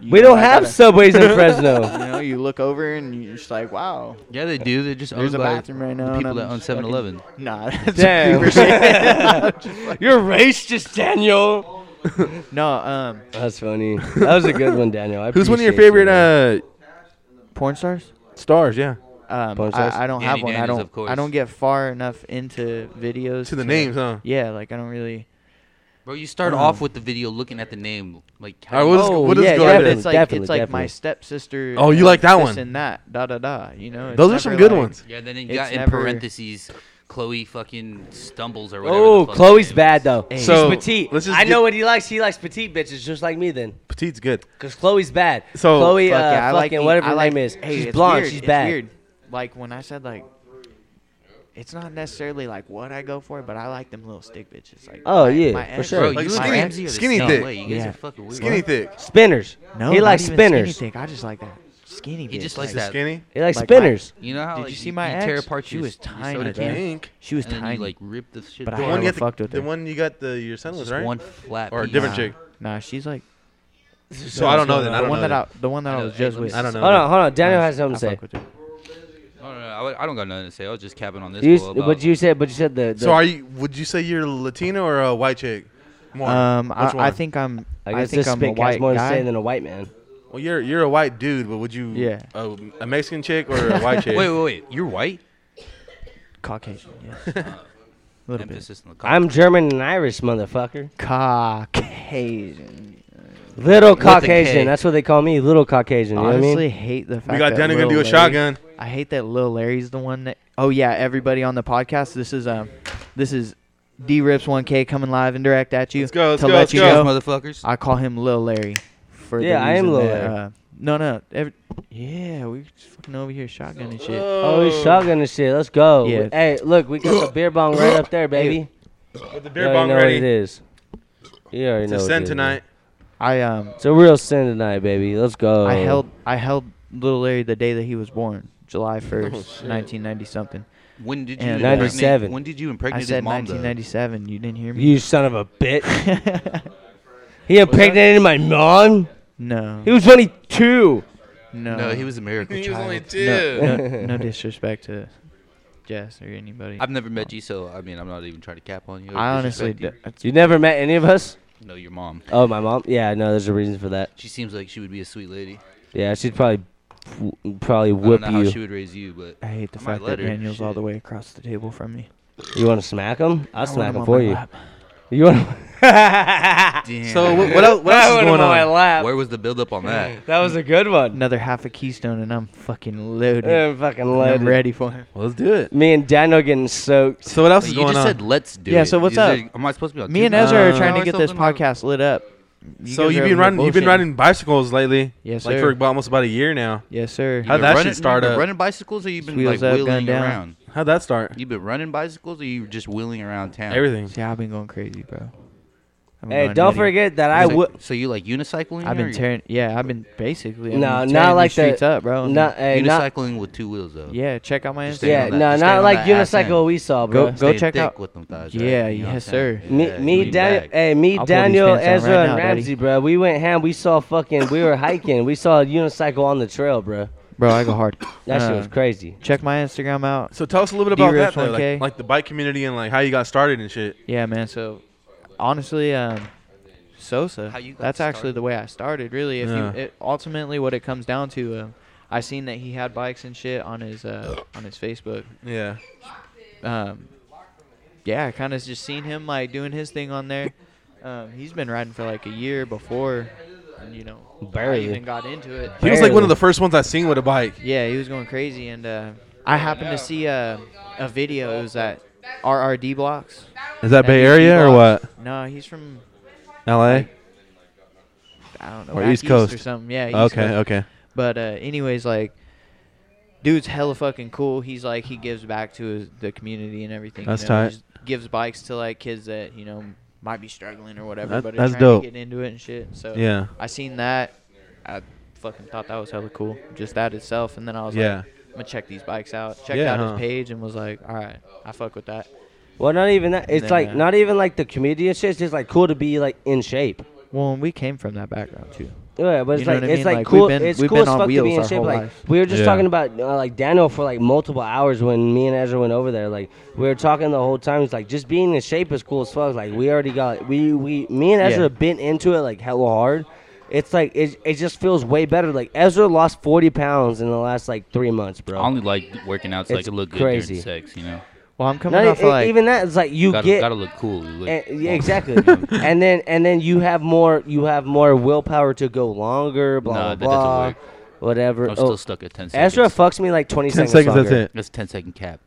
you We know, don't I have gotta- subways in Fresno. You know, you look over and you're just like, wow, Yeah, they do. They're just there's owned a by bathroom right now. and people I'm that own just fucking- 7-Eleven. Nah, that's Damn. creeper shit. You're racist, Daniel. No, um, That's funny. That was a good one, Daniel. I Who's one of your appreciate you, favorite man. uh, porn stars. Stars, yeah. Um, Porn stars? I, I don't Danny have one. Daniels, I of don't. course. I don't get far enough into videos To the names, huh? Yeah, like I don't really. Bro, you start off with the video looking at the name, like All right, we'll just, Oh, we'll just yeah, go Yeah, ahead but definitely, it's like definitely, it's like definitely. my stepsister. Oh, you like that this one. and that da da da. You know, it's Those are some never, good like- ones. Yeah, then it It's got in never- parentheses. Chloe fucking stumbles or whatever. the Oh, fuck her Chloe's name bad is. though. Hey. She's So, petite. let's just I get- know what he likes. He likes petite bitches, just like me. Then, Petite's good. cause Chloe's bad. So- Chloe, Fuck uh, yeah, I like fucking the- whatever I her like- name is. Hey, she's it's blonde. weird, She's it's bad. Weird. Like when I said like, it's not necessarily like what I go for, but I like them little stick bitches. Like Oh, my- yeah, my for ex- sure. Bro, my Like you skinny- and Ramsey are the skinny same thick. way. You guys Yeah. are fucking weird. Skinny thick. Spinners. No, he not likes even skinny spinners. thick, I just like that skinny. He bitch, just likes like, that. Skinny. He likes Like my- spinners. You know how Did like, you see my you ex? tear apart She your was soda tiny, can, bro. Yeah. Pink. She was and then tiny. you like rip the shit. But I The off. never one, you got fucked the, with the her. one you got the your son It's with, just right? one flat Or a piece. different nah, chick. Nah, she's like So I don't know then. I the don't one know. that I, the one that I I know, was hey, just let me with. see. I don't know. Hold on, hold on. Daniel I- has something I to say. fuck with her. I don't know. I, I don't got nothing to say. I was just capping on this. You, fool s- about- but you said, but you said the. the So are you? Would you say you're Latino or a white chick? More. Um, Which I, I one? think I'm. I I, guess think this I'm a spit has white more to guy. say than a white man. Well, you're you're a white dude, but would you? Yeah. A, a Mexican chick or a white chick? Wait, wait, wait. You're white. Caucasian, yes. A little bit. Emphasis on the. I'm German and Irish, motherfucker. Caucasian. Little K. Caucasian. That's what they call me. Little Caucasian. You know what I Honestly, mean? hate the fact we got that Danny gonna do Lil a Larry- shotgun. I hate that Lil Larry's the one that. Oh yeah, everybody on the podcast. This is um, this is D Rips 1K coming live and direct at you Let's go, let's to go, let let's you go. know. motherfuckers. I call him Lil Larry. For the Yeah, I am reason Lil that, Larry. Uh, no, no. Every, yeah, we just fucking over here shotgun and shit. Oh, he's shotgun and shit. Let's go. Yeah. Hey, look, we got the beer bong right up there, baby. With you the beer already bong know what it ready. is. You already know. To what it send is. tonight. I um, It's a real sin tonight, baby. Let's go. Oh. I held I held little Larry the day that he was born, July Oh, first, nineteen ninety something. When did you? And impregnate- 97. When did you I impregnate his said mom? though? nineteen ninety seven. You didn't hear me. You son of a bitch. He impregnated my mom. no, He was 22. no, No, he was a miracle He was child. only no, two. no, no disrespect to Jess or anybody. I've never met you, so I mean, I'm not even trying to cap on you. or I honestly disrespect d- you. that's- You never met any of us? No, your mom. Oh, my mom. Yeah, no, there's a reason for that. She seems like she would be a sweet lady. Yeah, she'd probably probably I don't whip know how she you. would raise you, but I hate the I might fact let that her, Daniel's all shit. the way across the table from me. You want to smack him? I'll I want smack him him on for my you. lap. You want? Ah, damn. So what, what else, what else is going My on? lap. where was the buildup on that? That was a good one. Another half a Keystone, and I'm fucking loaded. Yeah, fucking And loaded. I'm ready for him. Well, let's do it. Me and Daniel getting soaked. So what else Wait, is you going on? just said let's do it. Yeah, so what's Is there- up? am I supposed to be on? Me and Tupac Ezra Uh, are trying to or get this something? podcast lit up. You So guys you've been are over here riding you've been bullshitting. riding bicycles lately. Yes, Like sir. for about- almost about a year now. Yes, sir. How'd been that shit running- start you've been up? Running bicycles, or you've been Wheels like up, gun wheeling down. around? How'd that start? You've been running bicycles, or you were just wheeling around town? Everything. See, I've been going crazy, bro. I've been Hey, going don't nutty. forget that I So, would. so you like unicycling? I've or been you- tearing. Yeah, I've been basically. I've No, been not tearing like these the- streets up, bro. and Not, hey, not, unicycling with two wheels though. yeah, check out my Just Instagram. staying yeah, on that- no, just staying not on like that ass end. unicycle we saw, Go- bro. go Staying check thick out- with them thighs, Yeah, You know yes, what I'm sir. saying? Me, Yeah, me, lean Daniel, back. hey, me, I'll pull these Daniel, pants down Ezra, right and now, daddy. Ramsey, bro. We went ham. We saw fucking. We were hiking. We saw a unicycle on the trail, bro. bro. I go hard. That shit was Um, crazy. Check my Instagram out. So tell us a little bit about D-Rips that, though, 1K. like, like the bike community and like how you got started and shit. Yeah, man. So, honestly, um, Sosa. How you got that's actually started? the way I started. Really, if Yeah. you it, ultimately what it comes down to, um, I seen that he had bikes and shit on his uh, on his Facebook. Yeah. um, yeah, I kind of just seen him like doing his thing on there. Um, he's been riding for like a year before, you know, I Barely. even got into it. He was like one of the first ones I seen with a bike. Yeah, he was going crazy, and uh, I happened to see a, a video. It was at RRD Blocks. Is that That Bay used to be Area or what? Blocks. No, he's from L.A. I don't know Or back East Coast. or something. Yeah. East Okay. Coast. Okay. But uh, anyways, like, dude's hella fucking cool. He's like he gives back to his, the community and everything. That's you know? He tight. just gives bikes to like kids that you know might be struggling or whatever, That- but are that's trying dope. to get into it and shit. So Yeah. I seen that. I fucking thought that was hella cool. Just that itself, and then I was Yeah. like, I'm gonna check these bikes out. Checked Yeah, out huh. his page and was like, all right, I fuck with that. Well, not even that. It's then, like uh, not even like the comedian shit. It's just like cool to be like in shape. Well, and we came from that background too. Yeah, but it's You know like what I it's like, mean? Like, we've cool. been- it's we've cool been as on fuck to be wheels in our shape. whole Like life. we were just Yeah. talking about uh, like Daniel for like multiple hours when me and Ezra went over there. Like we were talking the whole time. It's like just being in shape is cool as fuck. Like we already got we we me and Ezra Yeah. been into it like hella hard. It's like it, it just feels way better. Like Ezra lost forty pounds in the last like three months, bro. I only like working out so I It's can look good crazy. during sex. You know, Well, I'm coming Not off e- like even that it's like you gotta, get gotta look cool. you look- Eh, yeah, exactly. and then and then you have more you have more willpower to go longer, blah Nah, blah that doesn't blah. work. Whatever. I'm Oh, still stuck at ten seconds. Ezra fucks me like twenty Ten seconds. seconds. That's longer. it. That's 10 second cap,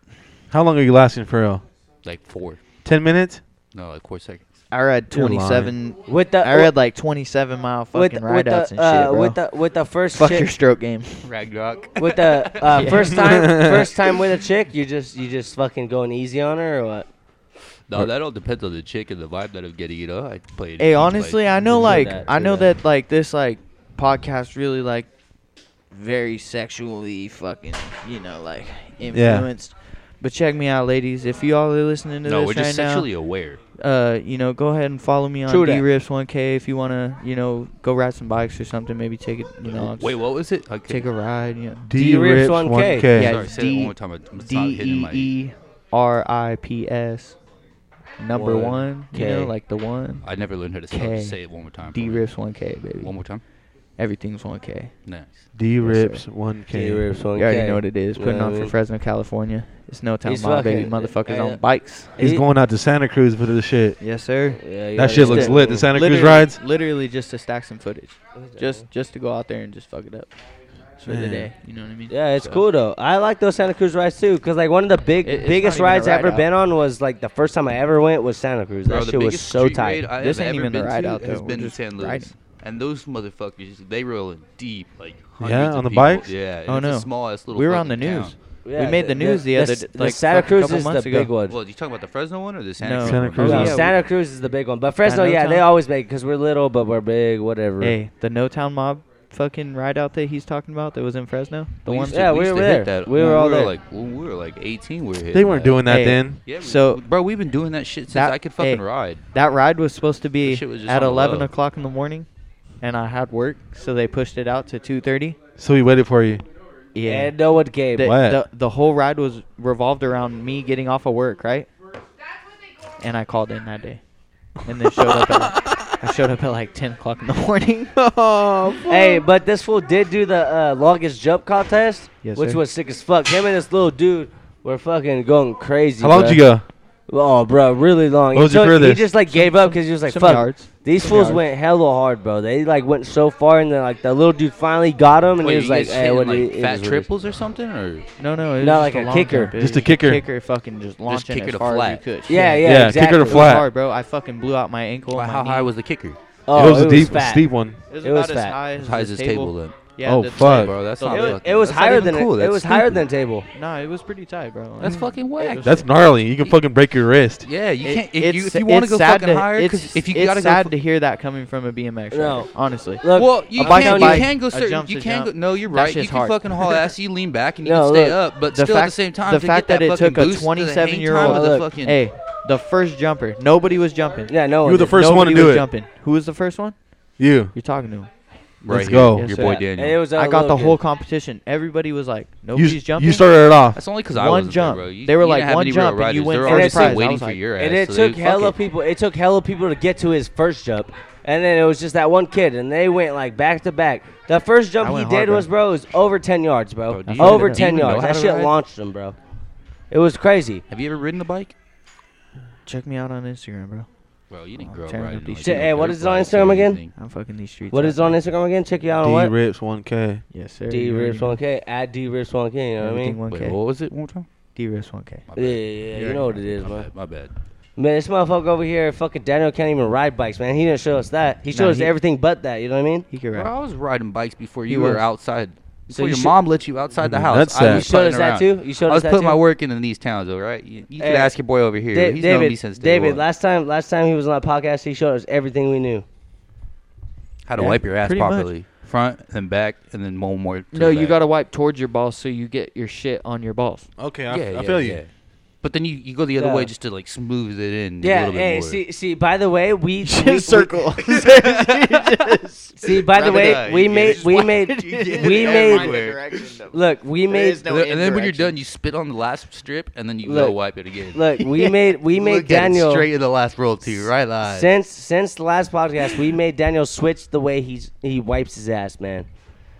How long are you lasting for? real? like four. Ten minutes? No, like four seconds. I read You're lying. 27. With the I read like 27 mile with, fucking with ride the outs and shit, uh, bro. with the with the first Fuck chick, your stroke game. Ragnarok. with the uh, first time first time with a chick, you just you just fucking going easy on her or what? No, that all depends on the chick and the vibe that I'm getting. You know, I play. it Hey, like- honestly, I know do like that, I do know that. that. like this like podcast really like very sexually fucking you know like influenced. But check me out, ladies. If you all are listening to no, this we're right just sexually aware. now, uh, you know, go ahead and follow me on True that. Rips One K if you wanna, you know, go ride some bikes or something. Maybe take it, you know, Wait, what was it? Okay. take a ride. You know. D-Rips 1K. Yeah, Sorry, it's say that D- one more time. I'm I'm D not hitting E my. E R I P S number one. You know, K. like the one. I never learned how to spell. it. K. Say it one more time. for D me. Rips One K, baby. One more time. Everything's one K. Nice. D rips one Okay, K. You already know what it is. You Putting know on what I for mean? Fresno, California. It's no time, He's my baby. fucking- Motherfuckers uh, on bikes. He's going out to Santa Cruz for this shit. Yes, sir. Yeah, you That know, shit it's looks the- lit. The Santa Cruz literally, rides. Literally just to stack some footage. What is that, Just just to go out there and just fuck it up. For the Man. day. You know what I mean? Yeah, it's cool though. I like those Santa Cruz rides too, cause like one of the big It- it's biggest not even a rides I ride ever out. been on was like the first time I ever went was Santa Cruz. That Bro, the shit was biggest so street tight. raid I This have ain't ever even a been ride to out, has though. been We're in just San Luis, riding. and those motherfuckers they rolling deep, like hundreds Yeah, of on the people. bikes? Yeah, and Oh, it's a no. small ass little. We were on the fucking news. town. Yeah, made the news the other s- d- like, Santa fuck, a Cruz couple is the months ago. big one. Well, you talking about the Fresno one or the Santa No. Cruz? Santa one? Cruz. No, yeah, Oh, Santa Cruz is the big one, but Fresno, Santa yeah, they Town. always make because we're little, but we're big, whatever. Hey, the No Town Mob fucking ride out that he's talking about that was in Fresno? The We one used Yeah, to, we we used were to hit there. That. We when were all there. Like when we were like 18, we were. They hitting weren't that. doing that Hey. then. Yeah, we- So- bro, we've been doing that shit since That- I could fucking hey. ride. That ride was supposed to That be shit was just at on the 11 low. o'clock in the morning, and I had work, so they pushed it out to 2.30. So we waited for you. Yeah. and no one came. the, What? the the whole ride was revolved around me getting off of work, right? That's what they go on. And I called in that day, and then showed up. At, I showed up at like ten o'clock in the morning. hey, but this fool did do the uh, longest jump contest, Yes, which sir. was sick as fuck. Him and this little dude were fucking going crazy. How long bruh. did you go? Oh, bro, really long. What He was your took- He furthest? just like gave up because he was like, "Fuck." These Some fools yards. went hella hard, bro. They like went so far, and then like the little dude finally got him, and Wait, he was you like, guys "Hey, hitting, what? like do you- it fat is what it is." triples or something, or No, no, it was Not just like a, a long kicker. jump. It Just was a kicker. Kicker, fucking just launching kick it as to far flat. as you could. Yeah, yeah, Yeah, exactly. kicker to It was flat. hard, bro. I fucking blew out my ankle. Why, my how knee. high was the kicker? Oh, it was a deep, fat. steep one. It was It about was as fat. high as, As high this as this table, then. Yeah, Oh, the table. fuck. bro, that's It not. was, fucking- it was that's not higher even than cool. it that's was higher stupid. than table. Nah, it was pretty tight, bro. That's fucking whack. That's gnarly. You can fucking break your wrist. yeah, you It- can't. If you, it's- if you want to it's go sad fucking to- higher, it's, 'cause if you it's gotta sad go, to hear that coming from a BMX rider. No. honestly. Look, Well, you a bike can, is you bike, can go a certain. jump's You a can jump. go. No, you're That right. shit's You can hard. fucking haul ass. You lean back and you No, can stay look, up. But the still at fact- the same time, the to fact that get that, it fucking took a boost to the hang 27-year-old time of the look, fucking- Hey, the first jumper. Nobody was jumping. Yeah, no. You one were the did. first one to Nobody do was it. jumping. Who was the first one? You. You're talking to him. Right Let's here, go. Yes, Your sir. boy And Daniel. it was. a I got little the whole kid. competition. Everybody was like, You, nobody's jumping. you started it off. That's only because I One wasn't jump. There, bro. You, They were you like, didn't have one any jump, real and you riders. went They're first already prize. I still waiting was for like- your ass. And it so they- took fuck hella it. people. It took hella people to get to his first jump, and then it was just that one kid, and they went like back to back. The first I jump he went did hard, was, bro, was over ten yards, bro. Bro, do you over know- ten do you know yards. how That to shit ride? launched him, bro. It was crazy. Have you ever ridden a bike? Check me out on Instagram, bro. Bro, you Oh, didn't grow up tearing up riding. these like shit. no Hey, what dirt is it on bikes or Instagram again? anything. I'm fucking these streets. What out. is on Instagram again? Check you out on D what? rips 1K. Yes, sir. D Rips One K at D Rips One K. You know what I mean? Everything Wait, 1K. what was it? One more time. D Rips 1K. My Yeah, bad. yeah, yeah, you know what it is, My bro. bad. My bad. Man, this motherfucker over here, fucking Daniel can't even ride bikes, man. He didn't show us that. He showed Nah, us he- everything but that. You know what I mean? He could Bro, rap. I was riding bikes before He you were was. outside. Before you your should- mom let you outside the house. That's I sad. You was showed putting us that around. too. You showed I was us that putting too. my work in in these towns, all right. You, you Hey, could ask your boy over here. Da- He's known me David, since day David, one. last time, last time he was on the podcast, he showed us everything we knew. How to Yeah, wipe your ass pretty much. properly, front and back, and then one more. To No, the you back. gotta wipe towards your balls so you get your shit on your balls. Okay, Yeah, yeah, yeah. But then you, you go the other Yeah. way just to like smooth it in a Yeah. little bit Hey, more. see, see. By the way, we we- we- circle. See, by the Wrap it way, up. we You made we made we made. Look, we made. and then when you're done, you spit on the last strip and then you go Look. wipe it again. Look, we made we made Look at it Daniel straight in the last roll to your right eye. since since the last podcast we made Daniel switch the way he's he wipes his ass, man.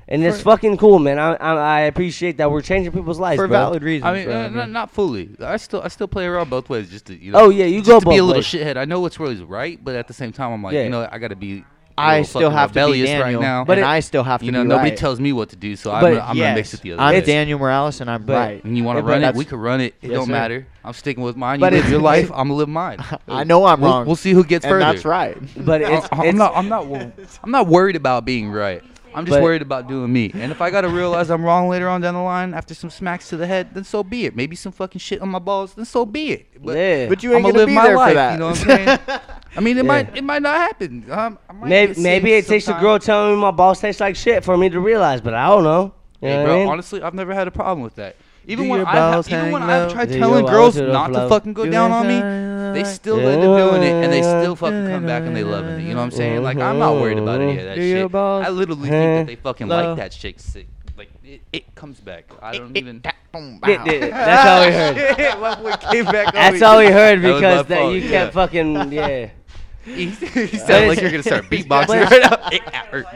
And it's fucking cool, man. I, I I appreciate that we're changing people's lives, for bro. valid reasons. I mean, bro. uh, not, not fully. I still I still play around both ways just to you know. Oh yeah, you just go to be both a little ways. shithead. I know what's really right, but at the same time, I'm like, Yeah. you know, I gotta be. a I little still fucking have to be rebellious Daniel, right now. but But it- I still have to you know, be nobody right. tells me what to do, so I'm, But gonna, I'm gonna mix Yes, it the other I'm way. Daniel Morales, and I'm But- right. And you want Yeah, to but run it? that's- We can run it. It Yes, don't sir. matter. I'm sticking with mine. You But live it's- your life. I'm gonna live mine. I know I'm We'll- wrong. We'll see who gets and further. that's right. But it's, I- it's I'm not. I'm not. wor- I'm not worried about being right. I'm just But- worried about doing me. And if I gotta realize I'm wrong later on down the line after some smacks to the head, then so be it. Maybe some fucking shit on my balls, then so be it. But yeah. But you ain't I'ma gonna live be my there for life. that. You know what I'm saying? I mean, it Yeah. might. It might not happen. Um, I might maybe get maybe sick it takes a sometime. girl telling me my balls taste like shit for me to realize, but I don't know. You know Hey, what I bro, mean? honestly, I've never had a problem with that. Even Do when your I balls even when hang I've low? tried Do your telling balls girls do the not to flow? fucking go down on me, they still end up doing it and they still fucking come back and they love it. You know what I'm saying? Like I'm not worried about any of that Do your shit. balls I literally think that they fucking low? like that shit. sick. Like it, it comes back. I don't even. Yeah, yeah, That's all we heard. My boy came back. on That's me. all we heard That was my because that fault, you yeah. kept fucking yeah. He, he sounded like you're gonna start beatboxing But- right now. It hurt.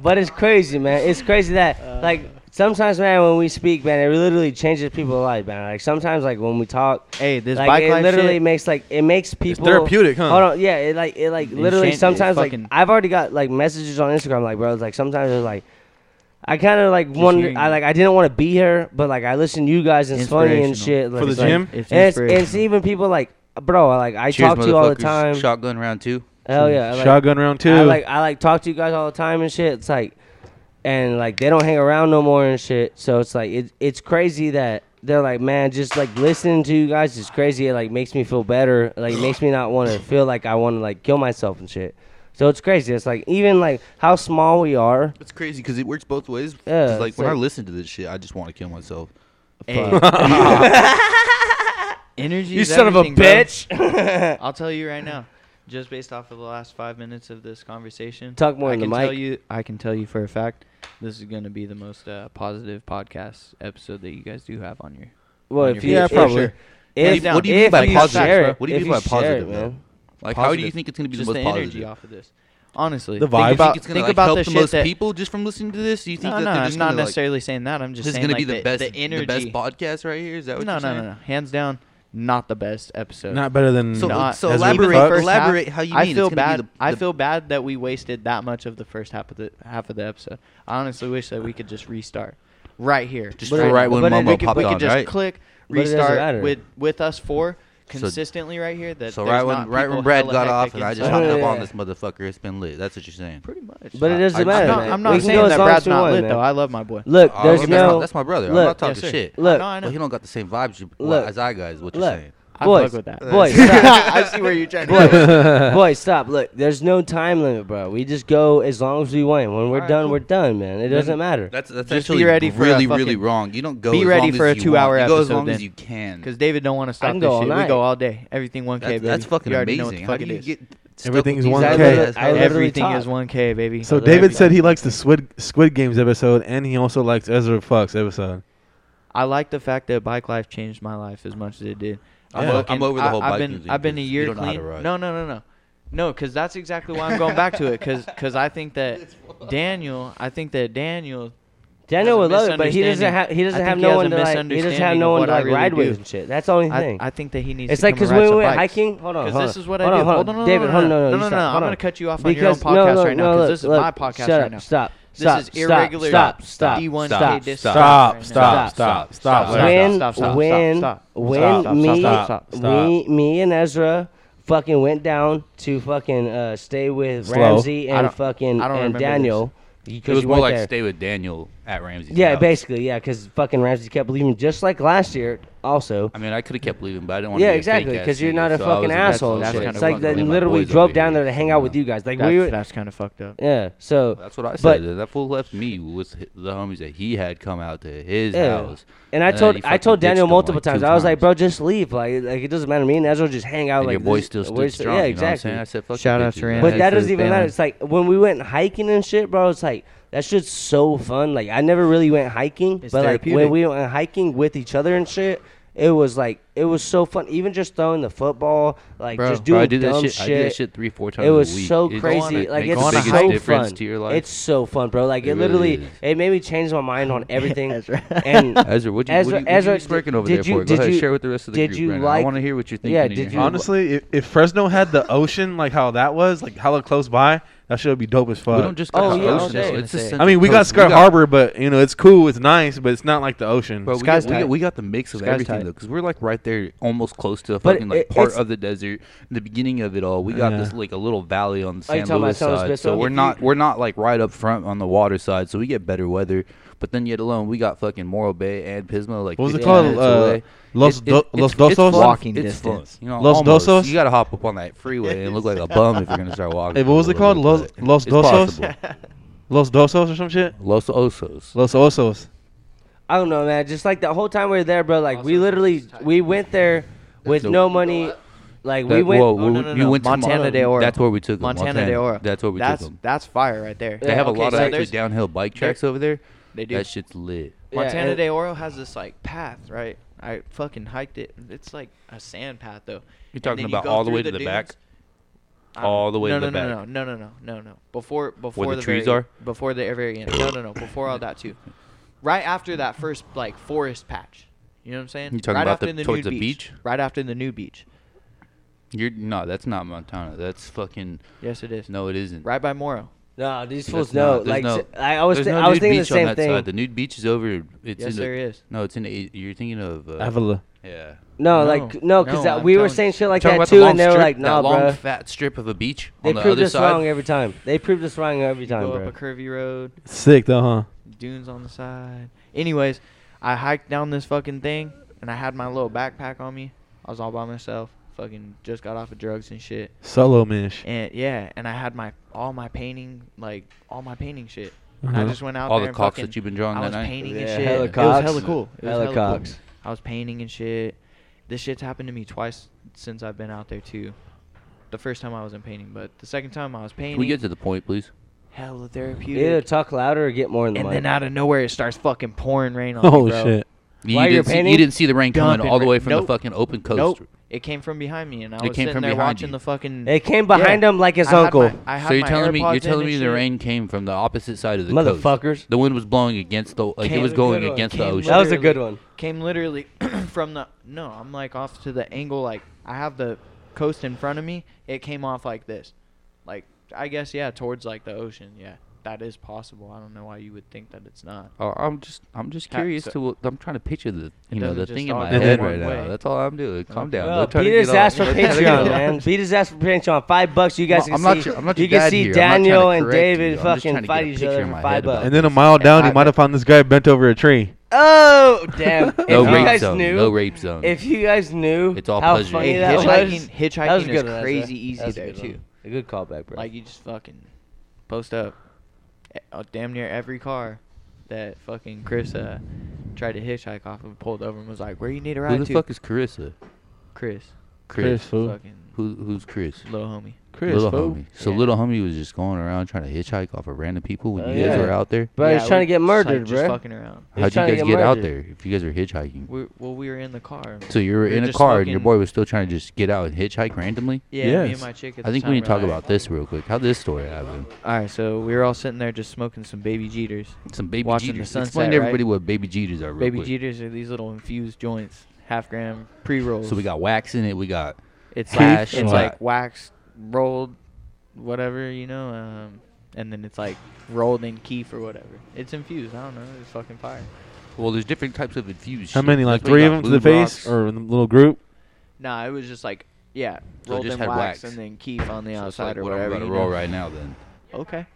But it's crazy, man. It's crazy that Uh. like sometimes, man, when we speak, man, it literally changes people's lives, man. Like sometimes, like when we talk, Hey, this like bike it life literally shit, makes like it makes people therapeutic, huh? Hold on, yeah, it like it like It literally shan- it sometimes like fucking- I've already got like messages on Instagram, like bro, it's like sometimes it's like. I kind of like wanted, hearing I you. like, I didn't want to be here, but like, I listen to you guys and it's funny and shit. Like, the it's, like- gym? It's and it's, and inspirational. it's even people like, bro, like I Cheers, talk to you all the motherfuckers. time. Shotgun round two. Oh, Hell yeah, like, Shotgun round two. I like I like talk to you guys all the time and shit. It's like, and like they don't hang around no more and shit. So it's like it, it's crazy that they're like, man, just like listening to you guys is crazy. It like makes me feel better. Like it makes me not want to feel like I want to like kill myself and shit. So it's crazy. It's like even like how small we are. It's crazy because it works both ways. 'Cause, Yeah, like it's when I like- listen to this shit, I just want to kill myself. energy. You is son of a everything, bro. bitch. I'll tell you right now, just based off of the last five minutes of this conversation, Talk more I in the can mic. tell you. I can tell you for a fact, this is going to be the most uh, positive podcast episode that you guys do have on your. well, on if your you Yeah, if, probably. If, What do you mean if by positive, share bro? it, What do you if mean by share it, positive, man? Like, how do you Positive. think it's gonna be Just the the, most energy positive? off of this. Honestly, The Think vibe. Think you about- think it's gonna think like about help the the, shit most that- people just from listening to this? Do you No, think that no, they're I'm just not gonna, like, necessarily saying that. I'm just this is saying gonna like, be the, best, The energy. the best podcast right here. Is that what no, you're no, saying? no, no. Hands down, not the best episode. not better than. So, Not- so Has it elaborate, fucked? first half, elaborate how you mean. I feel it's gonna bad. Be the, I the- feel bad that we wasted that much of the first half of the half of the episode. I honestly wish that we could just restart right here. Just right when but Mumbo we could, popped we could on, just right? click But it doesn't restart matter. with with us four consistently right here. That So there's right when not right people when Brad hella got hectic off and I just inside. hopped up Yeah. on this motherfucker, it's been lit. That's what you're saying. pretty much. But it doesn't I- matter. I'm not, man. I'm we not can saying go as that long Brad's as we not want, lit man. though. I love my boy. Look, Oh, there's that's, no. my, that's my brother. I'm look, not talking yes, sir. shit. Look, no, I know. But he don't got the same vibes you, Look. as I got. Is what you're Look. saying. I boys, fuck with that. boys, stop. I see where you're trying to Boy. go. Boy, stop. Look, there's no time limit, bro. We just go as long as we want. When we're Alright, done, cool. we're done, man. It doesn't matter. That's that's be actually ready for a really really fucking- wrong. You don't go. be as ready long for as a you two-hour want. You go as episode long then. as you can. Because David don't want to stop can this go all shit. We night. go all day. Everything 1K, That's, baby. that's fucking you already Know what amazing. the How fuck it do you is. get stuck Everything with is these 1K. ideas? I literally Everything taught. is 1K, baby. So Other David everything. said he likes the Squid Squid Games episode, and he also likes Ezra Fox episode. I like the fact that bike life changed my life as much as it did. I'm o- I'm over the whole I've bike been, using I've been a because year you don't know how clean. to ride. No, no, no, no, no. Because that's exactly why I'm going back to it. Because I think that Daniel, I think that Daniel. Daniel There's would a love it, but he doesn't misunderstanding. have he doesn't I have think he no has one a to like he doesn't have misunderstanding of no one what to I like really ride do. with and shit. That's the only I, thing. I think that he needs. it's to like come because and when ride we some went bikes. hiking. Hold on, Because hold this on, is what hold I on, do. hold Hold on. on, David, hold on, no, no, no, you no, stop. no. Hold I'm on. gonna cut you off on your own Because no, podcast no, right now. no, Because look, this is look, my podcast shut right up, now. Stop, This stop, is stop, irregular stop, stop, D1K stop, dis- stop. Stop, right stop, stop, stop, stop. when stop, stop, when stop, stop, when stop, me stop, stop, stop. we me and Ezra fucking went down to fucking uh, stay with Slow. Ramsey I and don't- fucking I don't and remember Daniel It because was you more weren't like there. stay with Daniel at Ramsey's. Yeah, house. basically, yeah, because fucking Ramsey kept leaving, just like last year. also. I mean, I could have kept leaving, but I didn't want to. Yeah, exactly. Because you're not a fucking asshole. that's and shit. kinda It's like fucked they up. literally drove down there to hang out with you guys. Like That's, we were. that's kind of fucked up. Yeah. So That's what I But- said. that fool left me with hi- the homies that he had come out to his Yeah. house. And I And then told you I told fucking ditched Daniel him, multiple like, two times. I was like, times. bro, just leave. Like, like it doesn't matter. Me and Ezra just hang out. And like your boy this- still we're stood still- strong. Yeah, you know what I'm exactly. saying? I said, fuck Shout you out to bitches, man. Rand. But Hey, that for doesn't the even matter. band. It's like when we went hiking and shit, bro. It's like that shit's so fun. Like I never really went hiking, It's but like when therapeutic. we went hiking with each other and shit, it was like it was so fun. Even just throwing the football, like Bro. just Bro, doing I do that dumb shit, I do that shit three, four times It was a week. so It's- crazy. it like makes it's the so biggest difference fun. to your life. It's so fun, bro. Like it, It really literally, is. it made me change my mind on everything. and Ezra, what you, Ezra- what you, Ezra, what you smirking over did there you- for? Go did ahead, you- share with the rest of the did group. you Brandon. I like- want to hear what you're thinking. Yeah, in your did head. you- Honestly, if, if Fresno had the ocean like how that was, like hella close by, that shit would be dope as fuck. we don't just got Oh, the yeah, ocean. okay. though. It's the I mean, I mean, central we got coast. Scar Harbor, but you know it's cool, it's nice, but it's not like the ocean. Bro, we Sky's got, we, got, tight. we got the mix of Sky's everything tight. though, because we're like right there, almost close to a But fucking like it- part it's- of the desert. The beginning of it all, we got this Yeah. like a little valley on the Are you San talking about Luis San Luis side, Obispo? so we're If you- not we're not like right up front on the water side, so we get better weather. But then yet alone, we got fucking Morro Bay and Pismo. Like What was it 15 called? minutes Uh, away. Los Do- Los Dosos? fun. Walking it's distance. Fun. You know, Los almost. Dosos? You gotta hop up on that freeway and look like a bum if you're gonna start walking. Hey, what for was a it called? little Los bit, but Los it's Dosos, possible. Los Dosos or some shit. Los Osos. Los Osos. I don't know, man. Just like the whole time we were there, bro. Like we literally we went there with Nope. no money. Like we That- went. whoa, Oh, no, we- no, you no. went to Montana Mon- de Oro. That's where we took 'em, Montana, de Oro. That's where we that's, took them. That's fire right there. They have a Okay, lot so of there's- active downhill bike tracks over there. They do. That shit's lit. Yeah, Montana and- de Oro has this like path, right? I fucking hiked it. It's like a sand path though. You And then talking you about go all the through way to the dunes. back? I don't- All the way no, to the no, back. No, no, no, no, no, no, no. Before, before the trees very, are? Before the very end. No, no, no. Before all that too. Right after that first like forest patch. You know what I'm saying? You talking right about after the- the towards nude the beach. beach? Right after the new beach. You're no, that's not Montana. That's fucking Yes, it is. no, it isn't. Right by Morrow. No, these That's fools not- know. there's Like no- t- I I was, There's thi- no I was nude thinking the beach on same that thing. Side. The nude beach is over. Yes, It's in the, there is. No, it's in. A, you're thinking of. Uh, Avila. Yeah. No, No, like no, because no, that I'm we were telling- saying shit like that Talking about too, the long and they were strip, like, "Nah, that long bro." fat strip of a beach They on the proved other us side. wrong every time. They proved us wrong every You time, go bro. up a curvy road. Sick though, huh? dunes on the side. Anyways, I hiked down this fucking thing and I had my little backpack on me. I was all by myself. Fucking just got off of drugs and shit. Solo mish. And yeah, and I had my all my painting like all my painting shit. And I Uh-huh. just went out All there the and cocks fucking- that you've been drawing I that was night. painting Yeah, and shit. hella it was hella cocks. cool. It was Hella hella cocks. cool. I was painting and shit. This shit's happened to me twice since I've been out there too. The first time I wasn't painting, but the second time I was painting. Can we get to the point, please? hella therapeutic. Either talk louder or get more in the and mic. then out of nowhere it starts fucking pouring rain on Oh me, bro. shit. You, While you you're didn't see, painting, you didn't see the rain coming dumping all the rain. way from the Nope. fucking open coast. Nope. It came from behind me, and I It was came sitting from there behind watching you. the fucking. it came behind Yeah. him like his I had uncle. my- I had So you're my telling me AirPods you're in telling and me the shit. rain came from the opposite side of the coast. Motherfuckers. The wind was blowing against the like it Came- was going against the came ocean. That was a literally- good one. Came literally from the. No, I'm like off to the angle. Like I have the coast in front of me. It came off like this, like I guess yeah, towards like the ocean. Yeah, that is possible. I don't know why you would think that it's not. Oh, I'm just I'm just Cat- curious so- to what I'm trying to picture the you know doesn't the just thing in all my go head one right now. way. That's all I'm doing. Calm down. Bro, Don't try to beat his get ass for all- don't try to get all- Patreon, man. Beat his ass for Patreon. on Five bucks. You guys I'm can not see. your- I'm not you your can dad see here. I'm not trying to Daniel and correct you. David I'm just trying fucking to get fight a each picture other in for my five head about bucks. And then a mile down, he might have found this guy bent over a tree. oh damn! If No you rape guys zone. knew, No rape zone. if you guys knew, It's all how pleasure. funny Hey, that was. hitchhiking- hitchhiking That was a is good one, Ezra. crazy easy That was a there, good too. one. A good callback, bro. Like you just fucking post up eh, uh, damn near every car that fucking Chris uh, tried to hitchhike off of pulled over and was like, "Where you need a ride Who the to?" fuck is Carissa? Chris, uh, Chris. fool. fucking Who who's Chris? little homie. Chris, little fool. homie. So Yeah. little homie was just going around trying to hitchhike off of random people when Oh, you guys yeah. were out there. bro, he's Yeah, trying to we get just, murdered, like, just bro. fucking around. He's How'd you trying to guys get get, out murdered. there if you guys were hitchhiking? We well, we were in the car. So you were we were in a just car and your fucking- boy was still trying to just get out and hitchhike randomly. Yeah, me Yes. and my chick. At I the think time we need to were talk like- about this real quick. How this story happened? All right, so we were all sitting there just smoking some baby Jeters. Some baby Watching the Jeters. sunset, Explain to right? everybody what baby Jeters are. Real baby quick. Jeters are these little infused joints, half gram pre rolls. So we got wax in it. We got It's Hash like and it's what? like wax rolled, whatever you know, um, and then it's like rolled in keef or whatever. It's infused. I don't know. It's fucking fire. well, there's different types of infused. How shit. many? Like That's why three you of them got to the Blue face, Rocks. or in a little group? Nah, it was just like yeah, So it rolled just in had wax, wax. and then keef on the So it's outside like or what I'm whatever. about to you roll know. right now then. Okay.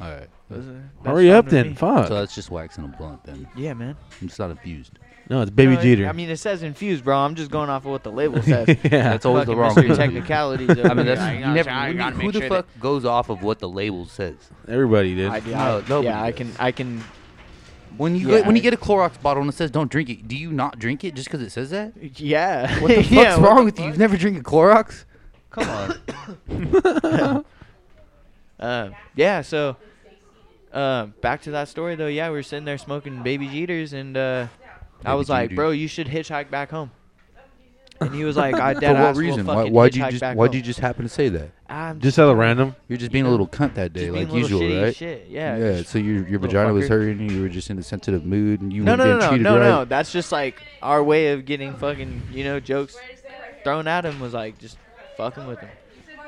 All right. Those are- that's Hurry fine up with then. me. Fuck. So that's just waxing a blunt then. Yeah, man. It's not infused. no, it's Baby No, it- Jeter. I mean, it says infused, bro. I'm just going off of what the label says. yeah. That's always the Fucking Mr. wrong. Technicalities. I mean, that's you never. I who- gotta who make the sure fuck goes off of what the label says? Everybody That, I, did. do- No, I, nobody yeah, I does. can. I can. When you Yeah, get, when you I- get a Clorox bottle and it says don't drink it, do you not drink it just because it says that? Yeah. What the fuck's yeah, what wrong the with you? fuck? You've never drank a Clorox? Come on. Uh, yeah, so uh, back to that story though. Yeah, we were sitting there smoking baby Jeters, and uh, I Baby was like, Jeters. "Bro, you should hitchhike back home." And he was like, "I For dead what ass reason? Will Why, fucking why'd you hitchhike just back Why'd home." you just happen to say that? I'm Just out of random. You're just being a little cunt that day, just being like a little usual, shitty right? Shit. Yeah. Yeah. So your your little vagina was fucker. hurting, and you were just in a sensitive mood, and you No, went no, no, and no, treated no, right. no. That's just like our way of getting fucking, you know, jokes thrown at him was like just fucking with him.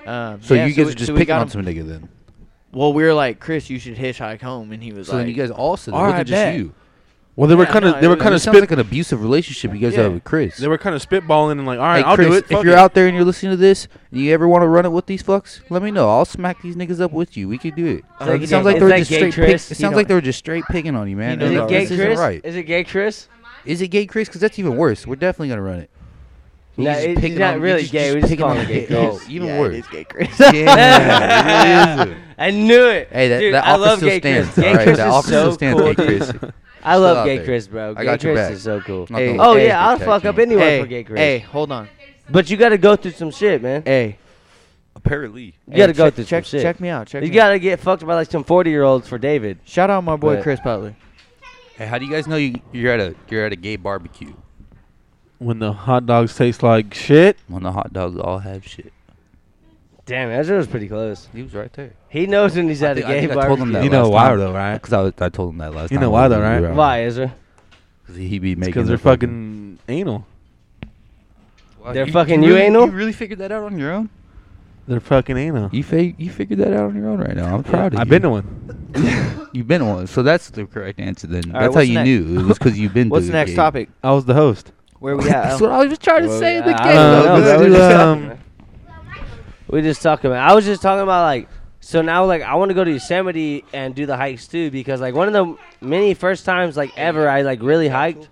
Um, So yeah, you guys we- are just so we picking got on him- some nigga then. Well, we were like, Chris, you should hitchhike home, and he was So like, then you guys all said that. All wasn't right, just bet. you. Well, they were Yeah, kind of no, they it- were it kind It of sounds spit. like an abusive relationship you guys Yeah. have with Chris. they were kind of spitballing and like, all right, Hey, I'll Chris, do it. if Fuck you're it." out there and you're listening to this, and you ever want to run it with these fucks, let me know. I'll smack these niggas up with you. We could do it. like you it sounds did- like is they were that just gay, straight. Pick, it Chris? You sounds know- like they were just straight picking on you, man. knows Is and it about this gay, isn't Chris? right. Is it gay, Chris? Is it gay, Chris? Because that's even worse. We're definitely gonna run it. No, just it- he's picking not on- really just- gay, just we just picking call on him gay. gay. Oh, even yeah, it worse. is gay, Chris. Yeah, it really is. I knew it. Hey, that, Dude, that I office love still gay stands. Chris. Gay all right, Chris that is office so still stands. cool, Gay dude. Chris. I Still love out gay there. Chris, bro. Gay I got your Chris back. is so cool. Not the Hey, one. Oh hey, yeah, I'll protect fuck you. up anyone hey, for gay Chris. hey, hold on, But you gotta go through some shit, man. hey, Apparently. You gotta hey, go check- through check, some shit. Check me out. Check you me out. gotta get fucked by like some forty year olds for David. Shout out my boy But- Chris Butler. Hey, how do you guys know you, you're at a you're at a gay barbecue when the hot dogs taste like shit. when the hot dogs all have shit? Damn, Ezra was pretty close. He was right there. He knows when he's I at a think- I gay think I told barbecue. him that You know last why time. though, right? Because I, was- I told him that last You time. know we why though, were right? around. Why, Ezra? Cause he be making. Because they're the fucking- fucking anal. Wow, They're fucking you really, anal? You really figured that out on your own? They're fucking anal. You fa- you figured that out on your own right now. I'm proud of you. I've been to one. You've been one. So that's the correct answer then. right, that's how what's you next? knew. It was because you've been. What's to the a next gay- topic? I was the host. Where we at? that's what I was trying to Well, say. yeah, The I don't gay. know, Uh, bro. let's We're do, just talking, um, man. We just talking about. I was just talking about like. So now, like, I want to go to Yosemite and do the hikes too, because like one of the many first times like ever I like really hiked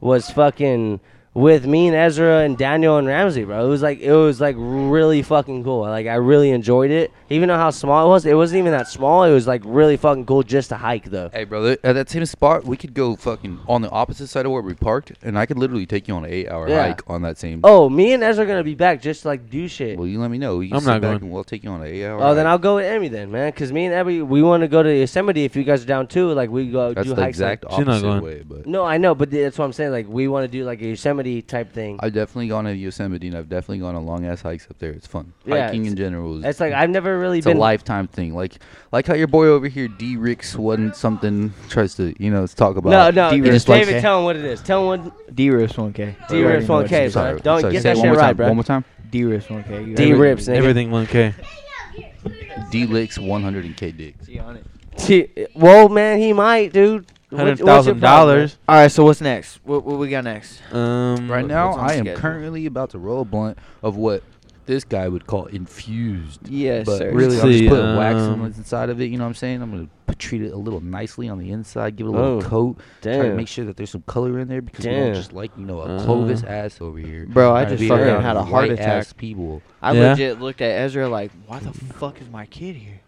was fucking with me and Ezra and Daniel and Ramsey, bro. It was like it was like really fucking cool. Like I really enjoyed it, even though how small it was. It wasn't even that small. It was like really fucking cool just to hike though. Hey, brother, at that same spot, we could go fucking on the opposite side of where we parked, and I could literally take you on an eight-hour Yeah. hike on that same. Oh, me and Ezra are gonna be back just to, like do shit. Well, you let me know. You I'm sit not back going. and we'll take you on an eight-hour. Oh, then hike. I'll go with Emmy then, man. Cause me and Emmy, we want to go to Yosemite. If you guys are down too, like we go That's do the hikes. like- exact She's not opposite going. way, but no, I know, but that's what I'm saying. Like we want to do like a Yosemite type thing. I've definitely gone to Yosemite, and I've definitely gone on long-ass hikes up there. It's fun. Yeah, Hiking it's- in general is it's like I've never really it's a been. lifetime thing. Like like how your boy over here, D Ricks, wasn't something tries to you know talk about. No, no, He David, just David likes- tell him what it is. Tell him what D-Rips 1K. D Rips 1K, bro. Sorry, Don't sorry, get say it that one shit more right, time, bro. One more time. D-Rips 1K. D Rips, nigga. Everything 1K. D Licks 100 and K Dicks. on it. T- Well, man, he might, dude. What- Hundred what's your thousand problem? dollars. All right, so what's next? What, what we got next? Mm. Um, Right now, what's on I am schedule? currently about to roll a blunt of what this guy would call infused. Yes, but sir. really, Let's I'm just see, putting wax on um, the inside of it. You know what I'm saying? I'm gonna p- treat it a little nicely on the inside, give it a little Oh, coat, try to damn. make sure that there's some color in there because we Damn. Uh-huh. don't just like you know a Clovis ass over here. Bro, I Trying to just be fucking around had a heart white attack. ass People. I Yeah. legit looked at Ezra like, why the fuck is my kid here?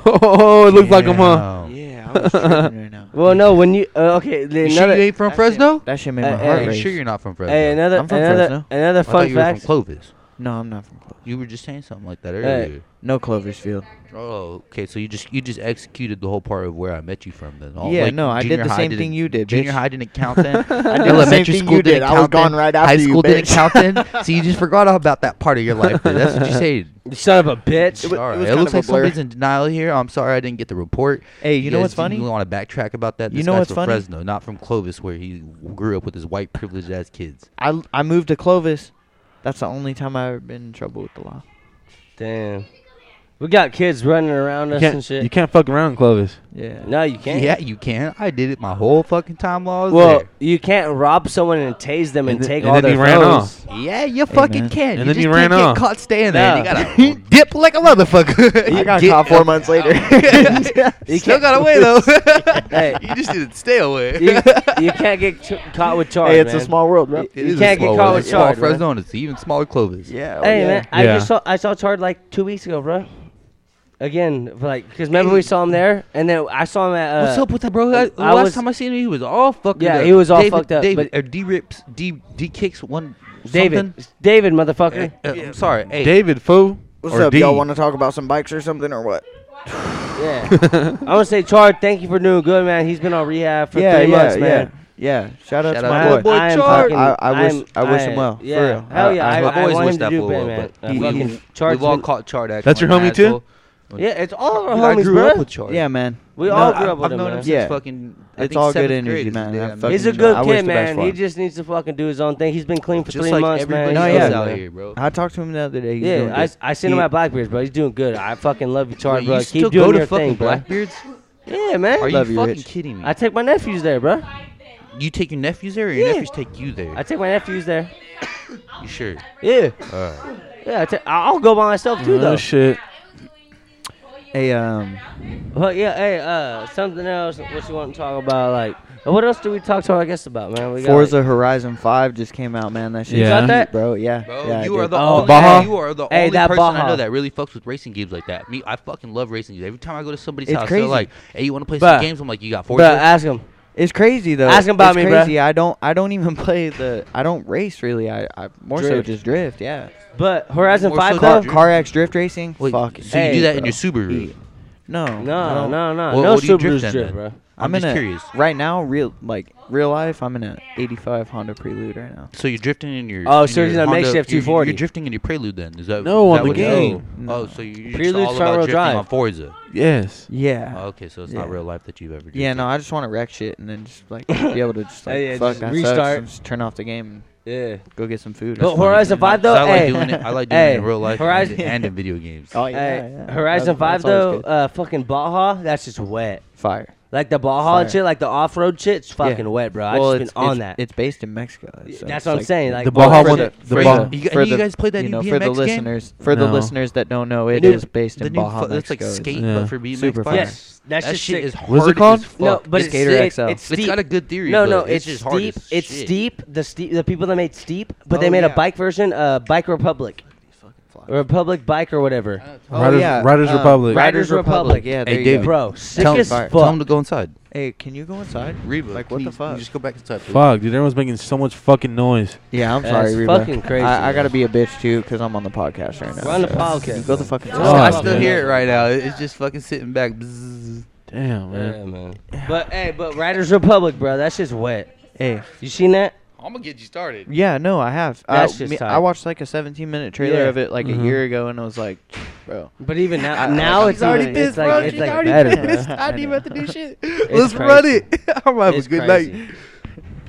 Oh, it looks like I'm on. Damn. Yeah, I'm tripping right now. Well, no, when you uh, okay, then You sure another you ain't from That shit- Fresno? That shit made Uh, my uh, heart you you race. sure you're not from Fresno? hey, another I'm from another Fresno. another I thought fun you were from fact. Clovis. No, I'm not from Clovis. You were just saying something like that Hey. earlier. No Cloversfield. Oh, okay. So you just you just executed the whole part of where I met you from then. All, Yeah, no, I did junior the high same didn't- thing you did, Junior bitch. high didn't count then. I did the same thing you did. I was gone right High after you, school didn't bitch. count then. So you just forgot all about that part of your life. Then. That's what you said. You son of a bitch. All right. was It kind looks of a like blur. somebody's in denial here. I'm sorry, I didn't get the report. Hey, you know guys what's funny? You want to backtrack about that? You This know guy's what's from funny? Fresno, not from Clovis, where he grew up with his white privileged ass kids. I, I moved to Clovis. That's the only time I've ever been in trouble with the law. Damn. We got kids running around You us and can't, shit. you can't fuck around, Clovis. Yeah. No, you can't. Yeah, you can. I did it my whole fucking time while I was Well, there. you can't rob someone and tase them and, And th- take and all then their he ran phones. Yeah, you fucking man. can. And you then just he can't ran get off. caught staying there. You No. gotta dip like a motherfucker. I got Get- caught four months later. You still got away though. Hey. you just didn't stay away. You, you can't get ch- caught with charge, hey, it's man. a small world, bro. Y- you can't get caught with small charge. bro. Fresno, and it's even smaller Clovis. Yeah. Hey yeah. man, I Yeah. just saw I saw Chard like two weeks ago, bro. Again, like because remember we saw him there, and then I saw him at. Uh, What's up with that, bro? I- I, the I last was- time I seen him, he was all fucked Yeah, up. he was all David- fucked up, David, but- or D rips, D D kicks one. David, David, motherfucker. something. Uh, I'm sorry. Hey, David, fool. What's or up? D. Y'all want to talk about some bikes or something or what? Yeah, I want to say Chard, thank you for doing good, man. He's been on rehab for yeah, three yeah, months, man. yeah, yeah. Shout out Shout to out my to boy. my boy am Chard. fucking- I- I wish- I'm- I wish him well, for Yeah, real. hell yeah, I- I, I've I always want him wished to that do fool better, well, man. but Uh, we- fucking we- Chard's We've all been- caught Chard acting That's your like an homie, too? asshole. Yeah, it's all our Dude, I homies, grew bro. up with Chard. Yeah, man. We No, all I- grew up with I've him, known man. him Yeah. since fucking. I It's think all good seventh energy, grade is man. the day I I met fucking him. He's a Fucking Chard. I good wish kid, the best man. for He him. just needs to fucking do his own thing. He's been clean for just three like months, man. everybody No, else yeah. out here, bro. I talked to him the other day. He's doing Yeah, I, good. s- I seen him He- at Blackbeard's, bro. He's doing good. I fucking love you, Chard, Wait, bro. you still Keep go doing to your fucking thing, bro. Blackbeards? Yeah, man. Are you Love you, fucking Rich. kidding me? I take my nephews there, bro. you take your nephews there, or your Yeah. nephews take you there? I take my nephews there. you sure? Yeah, Uh, yeah. I ta- I'll go by myself too, Oh though. shit. Hey, um, But yeah, hey, uh, something else. What you want to talk about? Like, what else do we talk to our guests about, man? We got, Forza like- Horizon 5 just came out, man. That shit, You got heat, that? bro. Yeah, bro, yeah. I you are did. the Oh, only, Baja. you are the Hey, only that person I Baja. know that really fucks with racing games like that. Me, I fucking love racing games. Every time I go to somebody's It's house, crazy. they're like, "Hey, you want to play But- some games?" I'm like, "You got Bro, Forza?" ask him. It's crazy though. Ask him about it's me, bruh. crazy. I don't. I don't even play the. I don't race really. I. I more Drift. so just drift. Yeah. But Horizon More Five, so though. Car, drift. car X drift racing. Wait, Fuck. so you Hey, do that in bro. your Subaru? Heat. No. I No, don't. no, no, What- no. what do you Subarus drift then, drift, man? bro. I'm, I'm in just a, curious. Right now, real like real life, I'm in a '85 Honda Prelude right now. So you're drifting in your Oh, in so your he's on a Honda- makeshift you're- 240. You're drifting in your Prelude then? Is that No, on is that the what it is? game. No. Oh, so you're just Prelude's all front about wheel drifting drive. on Forza. Yes. Yeah. Oh, okay, so it's not Yeah. real life that you've ever. yeah. drifted. No, I just want to wreck shit and then just like be able to just like Yeah, yeah, fuck just that restart. sucks and just turn off the game and Yeah. go get some food. or But something. Horizon Five, though. I like hey, doing it. I like doing it hey, in real life Horizon- and, and in video games. Oh yeah. Hey, yeah. Horizon That's- Five that's though, always good. uh, fucking Baja, that's just wet. Fire. Like the Baja and Fire. shit, like the off-road shit's Yeah. fucking wet, bro. Well, I just it's- been on it's- that. It's based in Mexico. Y- so that's it's what I'm like- saying. Like The well, Baja for one. the- The for Baja. the- You g- you guys played that you new know, for the BMX game? listeners for the No. listeners that don't know it Dude, is based the in new Baja fu- that's like Mexico. skate, Yeah. but for BMX. Super fun. bikes. Yes, that's that just shit sick. is hard. What's it called? as fuck. No, but it's, Skater it- XL. it's steep. It's got a good theory. no, but no, it's, it's, just hard. steep. as It's shit. steep. The steep. The people that made steep, but they Oh, made a yeah. bike version, uh, Bike Republic, Republic Bike or whatever. Oh, Riders- yeah, Riders uh, Republic. Riders Republic. Yeah, there Hey, you David. go. Bro, sick Tell, as him, fuck. tell him to go inside. Hey, can you go inside? Reba, Like, can what the you- fuck? You just go back inside. please? Fuck, dude. Everyone's making so much fucking noise. Yeah, I'm That's sorry, Reba. fucking crazy, I, I gotta man. be a bitch too, cause I'm on the podcast right now. We're on the so- podcast, You Go the fucking. Oh, yeah. I still hear it right now. It- It's just fucking sitting back. Bzzz. Damn, man. Yeah, man. But hey, but Riders Republic, bro, that shit's wet. Hey, You seen that? I'm gonna get you started. yeah, no, I have. Uh, That's just me- tight. I watched like a 17 minute trailer Yeah. of it like a year ago, and I was like, bro, But even now, I- now She's it's even- already it's pissed, like bro. it's She's like already better. bro. pissed. I didn't to do shit. Let's run crazy. I'm having It's crazy.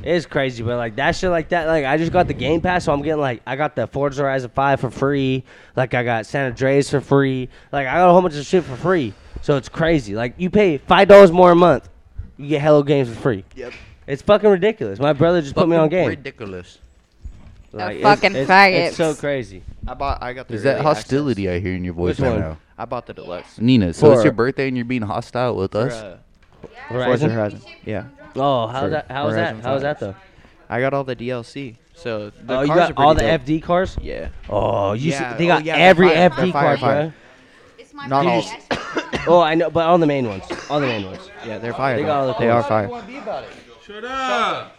It's crazy, but like that shit, like that, like I just got the Game Pass, so I'm getting like I got the Forza Horizon Five for free, like I got San Andreas for free, like I got a whole bunch of shit for free. So it's crazy. Like you pay five dollars more a month, you get Hello Games for free. Yep. It's fucking ridiculous. My brother just put me on game. Ridiculous. Like, it's- fucking it's, It's faggots. so crazy. I bought. I got. The Is that early hostility I hear in your voice Which right one? now? access. I bought the deluxe. Nina, so For- it's your birthday and you're being hostile with For, us? uh, Forza Horizon. Horizon. Yeah, Oh, how For that? How was that? Horizon How was that Five. though? I got all the DLC. So the oh, cars you are got pretty all the dope. FD cars. Yeah. Oh, you Yeah, see, they oh, got yeah, they're every fire, FD they're fire, card, bro. fire. It's my Not all. birthday. actually. Oh, I know, but on the main ones, on the main ones. Yeah, they're fire. They though. got all the They cars. are fire. I'm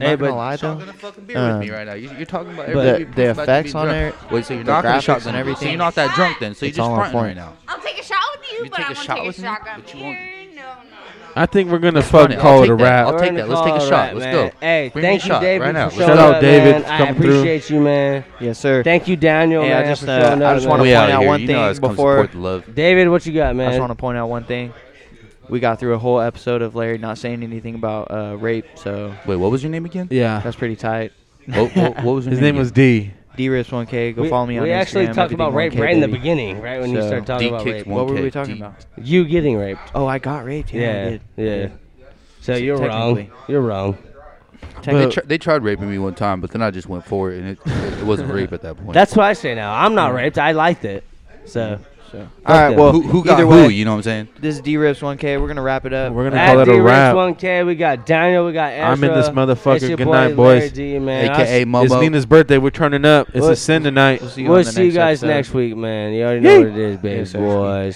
Hey, but- not gonna lie though. fucking beer with Um, me right now. You're, talking about everybody the- the about to be effects on drunk. Wait, so you're the not gonna graphics shotgun and and everything? So everything. you're not that drunk then. So you're It's just all on fronting right point. now. I'll take a shot with you, You but take I a won't shot take a with me, shotgun but you won't. beer. No, no, no. I think we're gonna funny. fucking I'll call it a take that. wrap. I'll take We're that. gonna Let's take a call it shot. right, Let's man. go. Hey, Bring thank the you, shot David. right now. for Let's showing go. Shout out up, David man. for I coming through. appreciate you, man. Yes, sir. Thank you, Daniel, Hey, I man, just, for uh, showing I up, just man. wanna We point out out here. one you know thing us come before- support the love. David, what you got, man? I just want to point out one thing. We got through a whole episode of Larry not saying anything about uh, rape, so Wait, what was your name again? Yeah. that's pretty tight. What, what, what was your His name was D. D-Rips 1K. Go We- follow me on Instagram. we actually talked everything about rape 1K, right in the baby. beginning, right when you started talking about rape. D-Kicked 1K, What were we talking about? You getting raped. Oh, I got raped. Yeah, I yeah. did. yeah. So you're wrong. technically. You're wrong. They, tr- they tried raping me one time, but then I just went for it, and it, it wasn't rape at that point. That's what I say now. I'm not raped. I liked it. So. so. All right. Well, Who- who got either way, who, you know what I'm saying? This is D-Rips 1K. We're gonna wrap it up. We're At D Rex 1K, we got Daniel, we got Ezra. I'm in this It's your motherfucker. Good boy night, boys. Larry D, man. I'll s- It's Nina's birthday. We're turning up. It's a sin tonight. We'll see you guys next week, man. You already know Yay. what it is, baby boys.